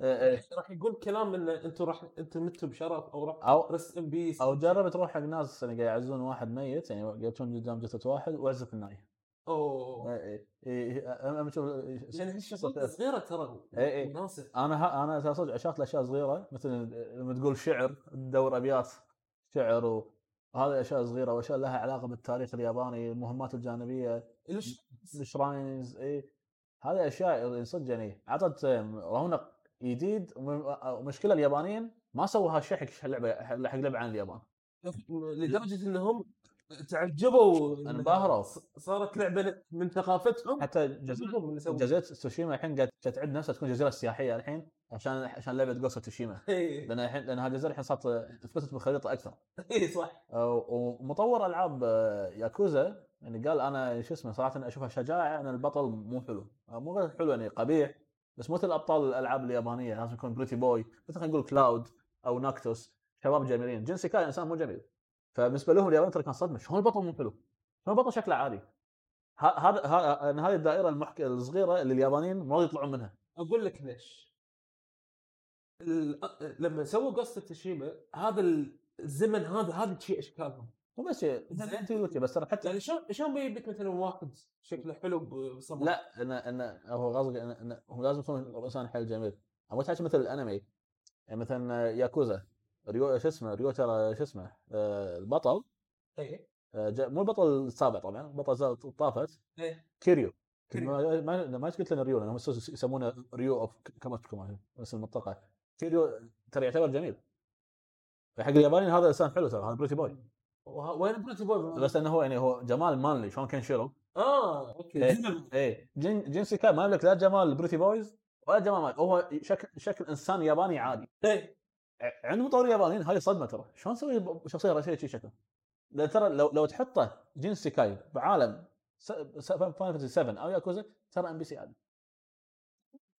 إيه، إيه. راح يقول كلام ان انتم راح انتم متوا بشرف او راح او رس ام بيس او جرب تروح حق ناس يعني قاعد يعزون واحد ميت يعني يبتون قدام جثه واحد واعزف النايه اوه إيه، إيه. أما- أما تشوف- يعني هالشغلات صغيره ترى إيه، إيه. مناسب انا ها انا صدق عشقت الاشياء صغيره مثل لما تقول شعر تدور ابيات شعر وهذه اشياء صغيره واشياء لها علاقه بالتاريخ الياباني المهمات الجانبيه ليش الشراينز اي هذه اشياء صدق يعني اعطت رونق جديد ومشكله اليابانيين ما سووا هالشيء حق اللعبه حق لعبه عن اليابان لدرجه انهم تعجبوا إن انبهروا. ص- صارت لعبه من ثقافتهم حتى جزيره عجبهم اللي سووه. جزيره تسوشيما الحين قاعد تعد نفسها تكون جزيره سياحيه الحين عشان عشان لعبه جوست تسوشيما إيه. لان الحين لان هالجزيره الحين صارت اثبتت بالخريطه اكثر اي إيه، صح أو- ومطور العاب آه، ياكوزا يعني قال انا شو اسمه صراحه اشوفها شجاعه ان يعني البطل مو حلو آه، مو غير حلو يعني قبيح بس مثل ابطال الالعاب اليابانيه لازم يكون بريتي بوي مثل خلينا نقول كلاود او ناكتوس شباب جميلين جنسي كاي انسان مو جميل فبالنسبه لهم اليابان ترى كان صدمه شلون البطل مو حلو؟ شلون البطل شكله عادي؟ ه- هذا ه- ان هذه الدائره المحك... الصغيره اللي اليابانيين ما راضي يطلعون منها اقول لك ليش ال- أ- لما سووا قصه تشيما هذا ال- الزمن هذا هذا شيء اشكالهم مو بس شيء زين. انت تقول كذا، بس ترى حتى يعني شلون شلون بيجيب لك مثلا واحد شكله حلو ب- بصبغه لا انا انا هو قصدي أنا أنا هو لازم يكون انسان حيل جميل انا قلت مثل الانمي يعني مثلا ياكوزا ريو شو اسمه ريو ترى شو اسمه آه، البطل اي آه، جا- مو البطل السابع طبعا البطل الزا- طافت إيه. كيريو كيريو. ما ما- ما قلت لنا ريو لانهم يس- يسمونه ريو اوف كاماتسو كمان اسم المنطقه كيريو ترى يعتبر جميل يعني حق اليابانيين هذا انسان حلو ترى هذا بريتي بوي وه- وين بريتي بوي بس انه هو يعني هو جمال مانلي شلون كنشيرو اه اوكي إيه. ايه جين جينسي كان ما يملك لا جمال البريتي بويز ولا جمال مايك هو شكل شكل انسان ياباني عادي ايه ع- عند مطورين يابانيين هاي صدمه ترى شلون نسوي ب- شخصيه رئيسيه شي شكل لان ترى لو لو تحطه جينسي كاي بعالم فاين فانتسي 7 او ياكوزا ترى ام بي سي عادي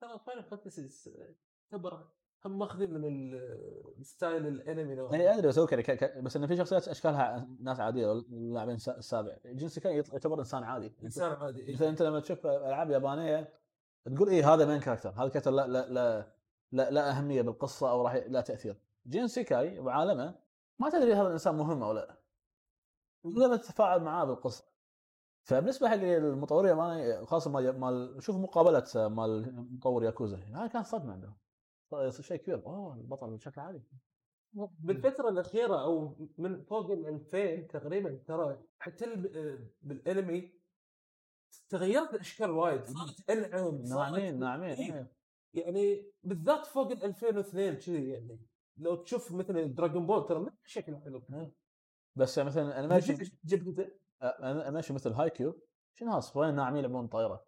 ترى فاينل فانتسي تعتبر هم ماخذين من ال- الستايل الانمي نوعاً ما. يعني ادري بس هو كذا ك- ك- بس انه في شخصيات اشكالها ناس عاديه اللاعبين الس- السابع جينسي كاي يط- يعتبر انسان عادي انسان عادي إيه. مثلا انت لما تشوف العاب يابانيه تقول ايه هذا مين كاركتر هذا كاركتر لا لا لا لا, لا اهميه بالقصه او راح ي- لا تاثير جين سيكاي وعالمه ما تدري هذا الانسان مهم او لا لما تتفاعل معاه بالقصه فبالنسبه حق المطورين الياباني خاصه مال مال شوف مقابله مال مطور ياكوزا هاي كان صدمه عندهم ط- شيء كبير اوه البطل شكله عادي إيه. بالفتره الاخيره او من فوق ال 2000 تقريبا ترى حتى ال- بالانمي تغيرت الاشكال وايد إيه. صارت انعم صارت ناعمين ناعمين إيه. إيه. يعني بالذات فوق ال 2002 كذي يعني لو تشوف مثلا دراجون بول ترى ما شكله حلو إيه. بس مثلا انيميشن جب- جبته انا ماشي مثل هايكيو شنو هذا صفرين ناعمين يلعبون طايره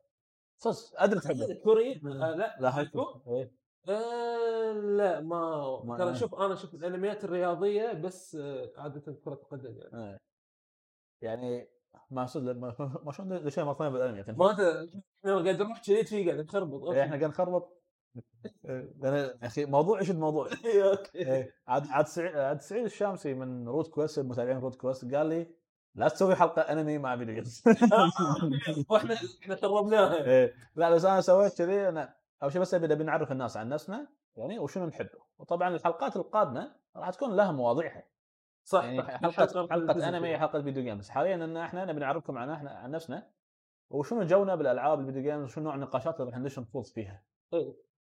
صدق ادري تحبه كوري مم. آه لا لا هايكيو إيه. آه لا ما ما- إيه. ترى شوف انا شفت الانميات الرياضيه بس آه عاده كره قدم يعني إيه. يعني ما صد ما ما شلون ليش ما طلعنا بالانمي يعني ما ت- احنا قاعد نروح كذي كذي قاعد نخربط آه، إيه، احنا قاعد نخربط إيه، لان يا اخي موضوع ايش الموضوع؟ اوكي إيه، عاد عاد سعيد عاد سعيد الشامسي من رود كويست متابعين رود كويست قال لي لا تسوي حلقه انمي مع فيديو جيمز واحنا احنا خربناها إيه، لا بس انا سويت كذي انا اول شيء بس أبي- نبي نعرف الناس عن نفسنا يعني وشنو نحب وطبعا الحلقات القادمه راح تكون لها مواضيعها صح يعني صح. حلقه التزم حلقه انمي فيها. حلقه فيديو جيمز حاليا ان احنا نبي نعرفكم عن احنا عن نفسنا وشنو جونا بالالعاب الفيديو جيمز وشنو نوع النقاشات اللي راح ندش نخوض فيها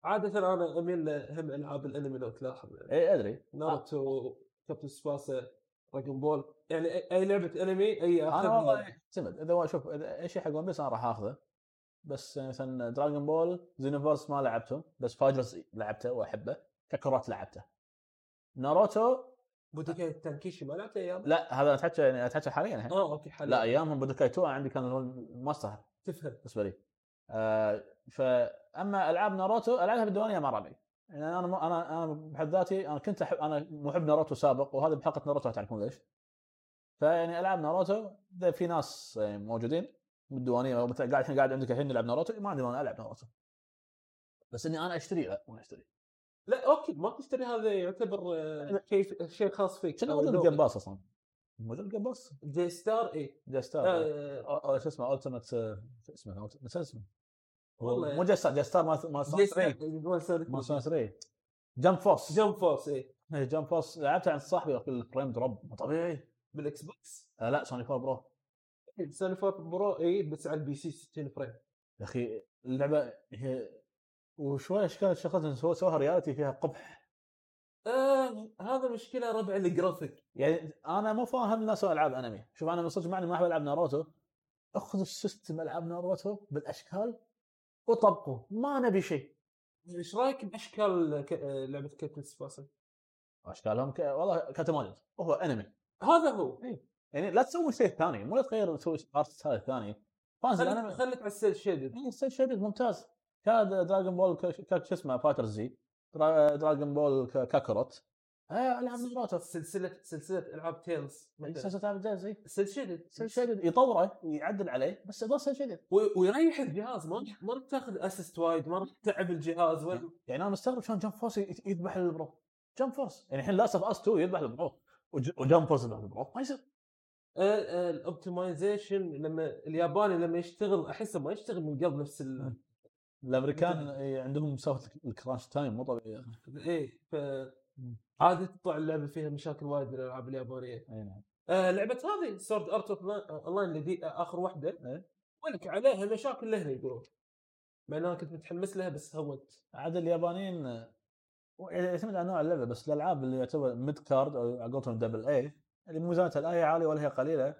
عاده انا اميل لهم العاب الانمي لو تلاحظ يعني اي ادري ناروتو كابتن سباسا دراجون بول يعني أي- اي لعبه انمي اي انا أخذها. والله اعتمد اذا هو- شوف إذا اي شيء حق ون بيس انا راح اخذه بس مثلا دراجون بول زينوفيرس ما لعبته بس فاجرس لعبته واحبه كاكورات لعبته ناروتو بودوكاي تانكيشي ما لعبت ايام لا هذا اتحكى يعني اتحكى حاليا الحين. اه اوكي حلو لا ايامهم بودوكاي 2 عندي كان هو الماستر تفهم بالنسبه لي آه فاما العاب ناروتو العبها بالديوانيه ما ربعي يعني انا ما انا انا بحد ذاتي انا كنت احب انا محب ناروتو سابق وهذا بحلقه ناروتو تعرفون ليش؟ فيعني العاب ناروتو إذا في ناس يعني موجودين بالديوانيه او مثلا قاعد الحين قاعد عندك الحين نلعب ناروتو ما عندي مانع العب ناروتو بس اني انا اشتري لا مو اشتري لا اوكي ما تشتري هذا يعتبر آه، شيء شيء خاص فيك كنا أو موجود ذوقك. الجيم باس اصلا موجود الجيم باس جي ستار اي جاستار إيه. آه، شو اسمه التمت شو اسمه Ultimate- نسيت اسمه والله. مو جاستار جاستار مال مال جي سوني ستار 3 مال سوني 3 جمب فوس جمب فورس اي إيه، جمب فوس لعبتها عند صاحبي في الفريم دروب مو طبيعي بالاكس بوكس آه، لا سوني 4 برو إي، سوني فورت برو اي بس على البي سي 60 فريم يا اخي اللعبه هي وشوي اشكال شغلتهم سو- سووها ريالتي فيها قبح آه هذا مشكله ربع الجرافيك يعني انا مو فاهم الناس العاب انمي شوف انا من صدق معني ما احب العب ناروتو اخذ السيستم العاب ناروتو بالاشكال وطبقه ما نبي شيء ايش رايك باشكال ك- آه، لعبه كابتن سباسل؟ اشكالهم ك... والله كتمالج وهو انمي هذا هو يعني لا تسوي شيء ثاني مو لا تغير تسوي ارت ستايل ثاني فانز خليك الانمي خليك على السيل شيدد يعني ستيل شيدد ممتاز كاد دراجون بول ك- ك- شو اسمه فايتر زي درا- دراجون بول ك- كاكاروت آه، العاب ناروتو سلسله سلسله العاب تيلز مثلاً. سلسله العاب ديز إي. سيل شيدد إيه، سيل شيدد يطوره يعدل عليه بس يضل سيل شيدد و- ويريح الجهاز ما راح- ما راح تاخذ اسست وايد ما راح تتعب الجهاز ولا يعني انا مستغرب شلون جمب فورس يت- يذبح البرو جمب فورس يعني الحين لاست اوف اس 2 يذبح البرو وج- وجمب فورس يذبح البرو ما يصير آه، آه، الاوبتمايزيشن لما الياباني لما يشتغل احسه ما يشتغل من قبل نفس ال الامريكان إي، عندهم مسافه الك- الكراش تايم مو طبيعي ايه ف إمم. عادة تطلع اللعبه فيها مشاكل وايد من الالعاب اليابانيه. اي نعم آه لعبه هذه سورد ارت اوف لاين اللي دي آه، اخر واحده إيه. ولك عليها مشاكل لهنا يقولون. مع ان انا كنت متحمس لها بس هونت. عاد اليابانيين آه، يعني يعتمد على نوع اللعبه بس الالعاب اللي يعتبر ميد كارد او على قولتهم دبل اي اللي ميزانيتها لا هي عاليه ولا هي قليله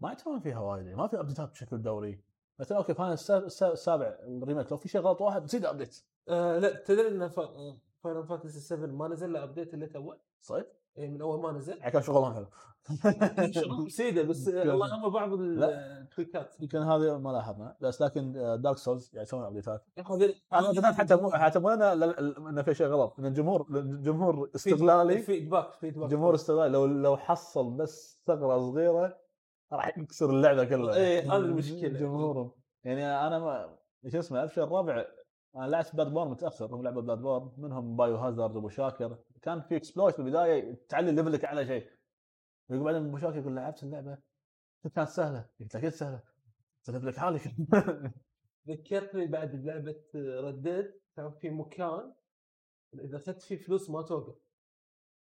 ما يتمون فيها وايد يعني ما في ابديتات بشكل دوري مثلا اوكي فاينل السابع الريميك لو في شيء غلط واحد تزيد ابديت آه لا تدري آه، ان فاينل فانتسي 7 ما نزل له ابديت الا تو صحيح؟ إيه، من اول ما نزل يعني كان شغلهم حلو شغل سيده بس آه، اللهم بعض التويكات يمكن هذا ما لاحظنا بس لكن دارك سولز يعني يسوون ابديتات هذا الابديتات حتى مو حتى مو لنا ل- ل- انه في شيء غلط ان الجمهور الجمهور استغلالي فيدباك فيدباك الجمهور استغلالي لو لو حصل بس ثغره صغيره راح يكسر اللعبه كلها إيه، هذه المشكلة. جمهورهم يعني انا ما شو اسمه الشيء الرابع انا لعبت بلاد بورن متاخر هم لعبوا بلاد بورن منهم بايو هازارد ابو شاكر كان في اكسبلويت بالبدايه تعلي ليفلك على شيء يقول بعدين ابو شاكر يقول لعبت اللعبه كانت سهله قلت له اكيد سهله قلت له ليفلك عالي ذكرتني بعد آه، بلعبه ردد كان في مكان اذا اخذت فيه فلوس ما توقف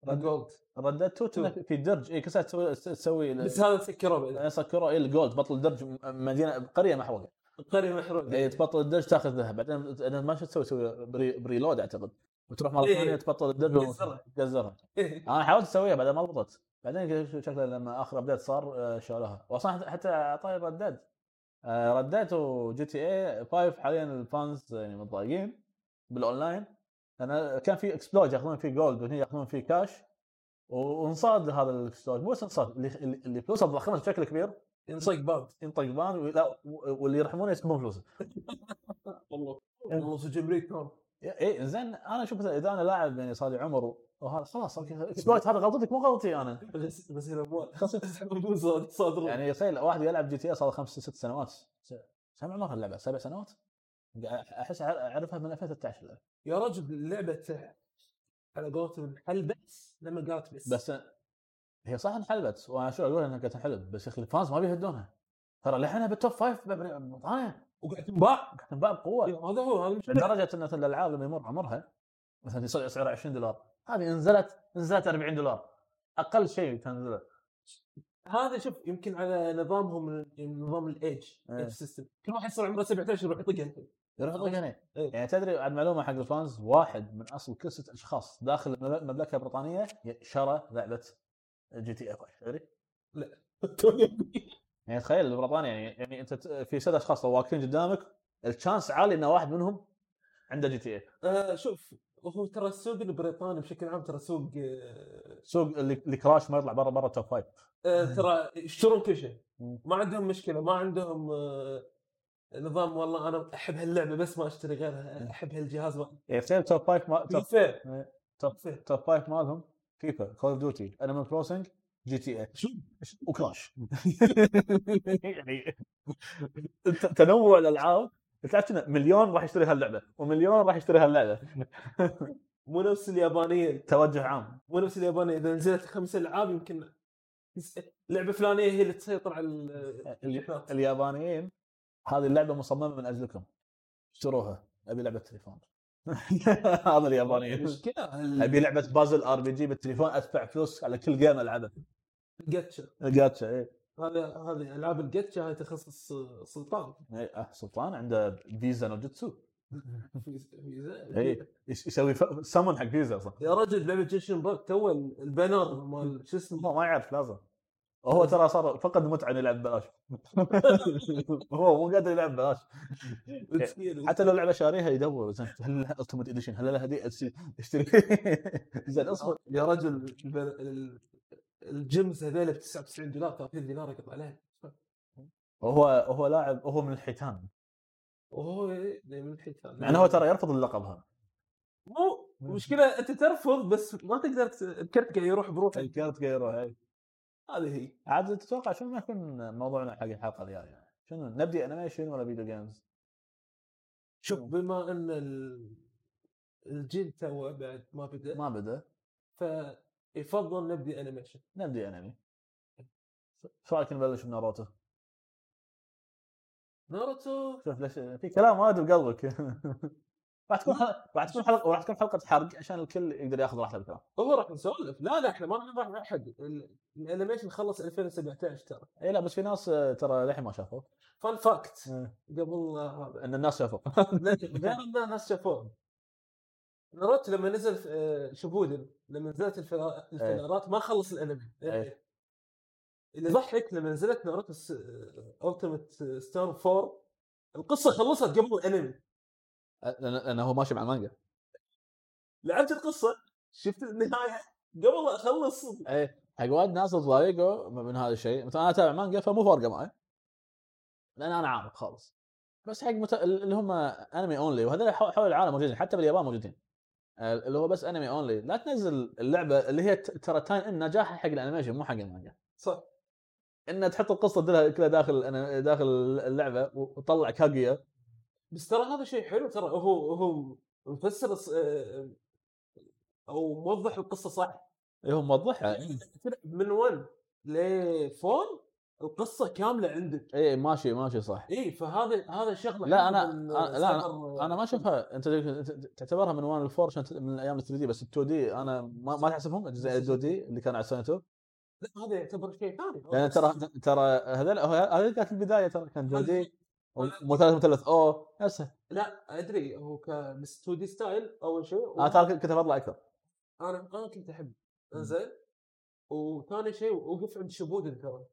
Red- جولد ردت توت إنه في درج إيه، اي كل سنه تسوي تسوي بس هذا سكروه بعد سكروا اي الجولد إيه، بطل درج م- مدينه قريه محروقه القريه محروقه إيه، تبطل الدرج تاخذ ذهب بعدين بعدين ما شو تسوي تسوي بري بريلود اعتقد وتروح مره إيه. ثانيه تبطل الدرج تقزرها. وتقزرها إيه. انا حاولت اسويها بعدين ما ضبطت بعدين ش- شكله لما اخر ابديت صار آه، شالوها واصلا حتى- حتى عطاي رداد آه، ردات وجي تي اي 5 حاليا الفانز يعني متضايقين بالاونلاين انا كان في اكسبلوج ياخذون فيه جولد وهنا ياخذون فيه كاش و- وانصاد هذا الاكسبلوج مو بس انصاد اللي- اللي اللي فلوسه تضخمت بشكل كبير ينصق باب ينطق بان ولا- واللي يرحمونه يسكبون فلوسه والله إيه. والله سجن بريك كان اي إيه، زين انا اشوف مثلا اذا انا لاعب يعني صار لي عمر وهذا خلاص اوكي اكسبلويت هذا غلطتك مو غلطي انا غس- غسيل اموال خلاص فلوس صادرة يعني تخيل واحد يلعب جي تي اي صار له خمس ست سنوات س- كم عمرها اللعبه؟ سبع سنوات؟ قا- احس أع- اعرفها من 2013 اللعبة. يا رجل لعبه على قولتهم انحلبت لما قالت بس بس هي صح انحلبت وانا شو اقول انها كانت تنحلب بس يا اخي الفانز ما بيهدونها ترى لحنها بالتوب فايف بأمر- بريطانيا وقاعد تنباع قاعد تنباع بقوه هذا هو هذا المشكلة. لدرجه ان مثلا الالعاب لما يمر عمرها مثلا يصير سعرها 20 دولار هذه نزلت نزلت 40 دولار اقل شيء تنزله هذا شوف يمكن على نظامهم ال- نظام الايج إيه. ايج سيستم كل واحد صار عمره 17 يروح يطق انت يروح يطق هنا إيه. يعني تدري عن معلومه حق الفانز واحد من اصل كل ست اشخاص داخل الممل- المملكه البريطانيه ي- شرى لعبه جي تي اي 5 تدري؟ يعني تخيل بريطانيا يعني, يعني انت ت- في ست اشخاص لو واقفين قدامك الشانس عالي ان واحد منهم عنده جي تي إيه. اي آه شوف هو ترى السوق البريطاني بشكل عام ترى سوق آه، سوق اللي اللي كراش ما يطلع برا برا توب فايف آه ترى يشترون كل شيء مم. ما عندهم مشكله ما عندهم آه نظام والله انا احب هاللعبه بس ما اشتري غيرها احب هالجهاز ما يعني اثنين توب فايف ما... توب فيفا توب توب فايف مالهم فيفا كول اوف ديوتي انيمال كروسنج جي تي اي شو وكراش يعني الت- تنوع الالعاب تعرف شنو؟ مليون راح يشتري هاللعبه ومليون راح يشتري هاللعبه مو نفس اليابانيه توجه عام مو نفس اليابانيه اذا نزلت خمس العاب يمكن لعبه فلانيه هي اللي تسيطر على ال- ال- اليابانيين هذه اللعبه مصممه من اجلكم اشتروها ابي لعبه تليفون هذا اليابانيين المشكله ابي لعبه بازل ار بي جي بالتليفون ادفع فلوس على كل جيم العبها الجاتشا الجاتشا إيه. اي هذا هذه العاب الجاتشا هاي تخصص آه، سلطان إي، أه، سلطان عنده فيزا نوجتسو ميزان. إي. يس- يسوي سمن حق فيزا اصلا يا رجل لعبه جيشن روك تو البانر مال شو هو اسمه ما يعرف لازم هو ترى صار فقد المتعه انه يلعب ببلاش هو مو قادر يلعب ببلاش مسكين. إيه. حتى لو لعبه شاريها يدور زين هل لها التمت اديشن هل لها هديه أشتري- اشتري زين اصبر يا رجل الب- ال- الجيمز هذول ب 99 دولار 30 دينار يقطع عليها هو هو لاعب هو من الحيتان وهو إيه، من الحيتان مع انه هو ترى يرفض اللقب هذا مو مشكله انت ترفض بس ما تقدر ت- الكرت قاعد يروح بروحه الكارت يروح هاي هذه هي عاد تتوقع شنو ما يكون موضوعنا حق الحلقه الجايه يعني شنو نبدي انيميشن ولا فيديو جيمز؟ شوف بما ان ال- الجيل تو بعد ما بدا ما بدا فيفضل نبدي انيميشن نبدي انمي شو رايك نبلش بناروتو؟ ناروتو شوف ليش في كلام وايد بقلبك راح تكون حلقه راح تكون حلقه راح تكون حلقه حرق عشان الكل يقدر ياخذ راحته بالكلام هو راح نسولف لا لا احنا ما راح نضحك احد ال- الانيميشن خلص 2017 ترى اي لا بس في ناس آه، ترى للحين ما شافوا فان فاكت آه، قبل هذا ان الناس شافوا غير ان الناس شافوه ناروتو لما نزل آه، شبودن لما نزلت الفلا- الفيلرات ما خلص الانمي إيه. اللي ضحك لما نزلت ناروتو آه، التيمت ستار 4 القصه خلصت قبل الانمي آه، لأن- لانه هو ماشي مع المانجا لعبت القصه شفت النهايه قبل لا اخلص اي إيه، حق وايد ناس تضايقوا من هذا الشيء مثلا انا اتابع مانجا فمو فارقه معي لان انا عارف خالص بس حق مت... اللي هم انمي اونلي وهذول حو- حول العالم موجودين حتى باليابان موجودين آه، اللي هو بس انمي اونلي لا تنزل اللعبه اللي هي ت- ترى تايم ان نجاحها حق الانيميشن مو حق المانجا صح ان تحط القصه دلها كلها داخل أنا داخل اللعبه وتطلع كاغويا بس ترى هذا شيء حلو ترى هو هو مفسر الص- آه، او موضح القصه صح إيه، هو موضحها يعني. إيه. من 1 لفور القصه كامله عندك اي إيه، ماشي ماشي صح اي فهذا هذا شغله لا، حلوة أنا- من آه، أنا- لا، سايبر- انا ما اشوفها انت تعتبرها من وان الفور عشان ت- من ايام ال 3 دي بس ال 2 دي انا ما, ما تحسبهم اجزاء ال 2 دي اللي كان على سنتو لا، هذا يعتبر شيء ثاني لان ترى ترى هذول هذول كانت البدايه ترى كان 2 دي مثلث مثلث او نفسها لا ادري هو كان 2 دي ستايل اول شيء انا ترى كنت اطلع اكثر انا انا كنت احب مم. زين وثاني شيء وقف عند شبودن ترى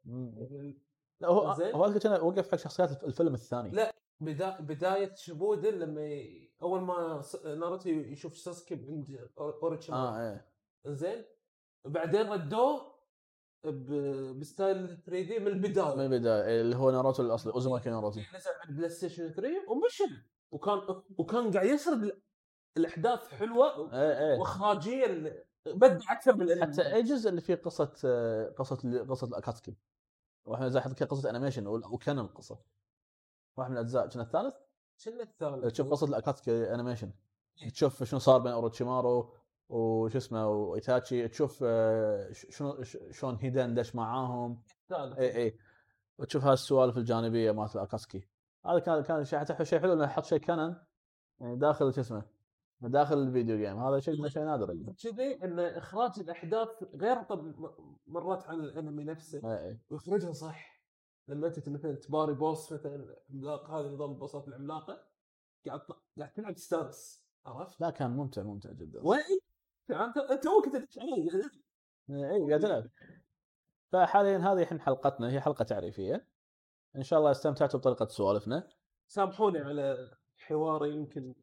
لا هو زين. هو كان وقف حق شخصيات الفيلم الثاني لا. بدا بدايه شبودن لما ي... اول ما س- ناروتو يشوف ساسكي عند أور- اوريتشيمارو اه ايه زين بعدين ردوه ب- بستايل 3 دي من البدايه من البدايه إيه، اللي هو ناروتو الاصلي اوزوماكي ناروتو نزل على البلاي ستيشن 3 ومشى وكان وكان قاعد يسرد ال- الاحداث حلوه ايه ايه واخراجيا بدع اكثر من الانمي حتى اي جزء اللي فيه قصه آه، قصه قصه الاكاتسكي واحنا لاحظ كان قصه انيميشن و- وكان القصه واحد من الاجزاء كان الثالث شنو الثالث تشوف قصه الاكاتسكي انيميشن تشوف شنو صار بين اوروتشيمارو وش اسمه وايتاتشي تشوف آه، ش- شنو ش- شلون هيدن دش معاهم الثالث اي اي وتشوف هالسوالف الجانبيه مالت الاكاتسكي هذا كان كان شيء حتى شيء حلو انه يحط شيء كانن يعني داخل شو اسمه داخل الفيديو جيم هذا شيء شيء نادر اللي. كذي ان اخراج الاحداث غير طب م- مرات عن الانمي نفسه إي إي. ويخرجها صح لما انت مثلا تباري بوس مثلا عملاق هذا نظام البوسات العملاقه قاعد ط- قاعد تلعب تستانس عرفت؟ لا كان ممتع ممتع جدا وين؟ انت انت توك تدش إيه، علي اي قاعد العب فحاليا هذه الحين حلقتنا هي حلقه تعريفيه ان شاء الله استمتعتوا بطريقه سوالفنا سامحوني على حواري يمكن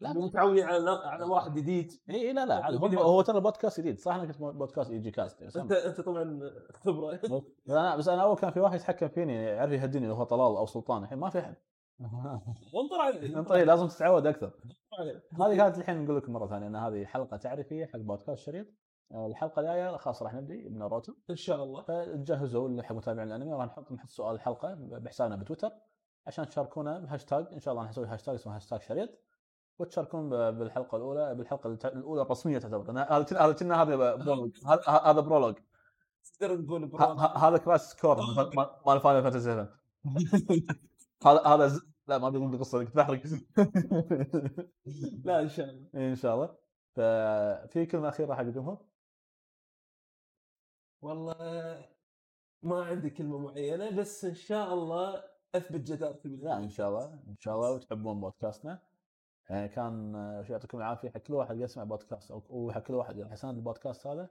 لا. مو متعودين على على واحد جديد اي لا لا عادي، هو هو ترى بودكاست جديد صح انا كنت بودكاست اي جي كاست بس انت أنا- انت طبعا خبره انا بس انا اول كان في واحد يتحكم فيني يعرف يهديني اللي هو طلال او سلطان الحين ما في احد انطر عليه طيب لازم تتعود اكثر انطر عليه هذه كانت الحين نقول لكم مره ثانيه ان هذه حلقه تعريفيه حق بودكاست شريط آه، الحلقه الجايه خلاص راح نبدي بناروتو ان شاء الله فتجهزوا اللي يحبوا متابعين الانمي راح نحط نحط سؤال الحلقه بحسابنا بتويتر عشان تشاركونا بهاشتاج ان شاء الله نسوي هاشتاج اسمه هاشتاج شريط وتشاركون ب- بالحلقه الاولى بالحلقه الت- الاولى الرسميه تعتبر أنا- هذا كنا- هذا كنا هذا برولوج هذا- هذا برولوج تقدر نقول ه- ه- هذا كراش سكور مال- مال- مال فاينل فانتسي 7 هذا هذا ز- لا ما بقول القصه كنت بحرق لا ان شاء الله ان شاء الله ففي كلمه اخيره حق الجمهور والله ما عندي كلمه معينه بس ان شاء الله اثبت جدارتي لا ان شاء الله ان شاء الله وتحبون بودكاستنا يعني كان آه، يعطيكم العافيه حق كل واحد يسمع بودكاست او وحق كل واحد يعني حسن البودكاست هذا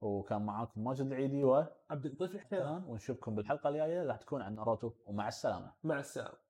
وكان معاكم ماجد العيدي عبد اللطيف الحيران وكان ونشوفكم بالحلقه الجايه راح تكون عن ناروتو ومع السلامه مع السلامه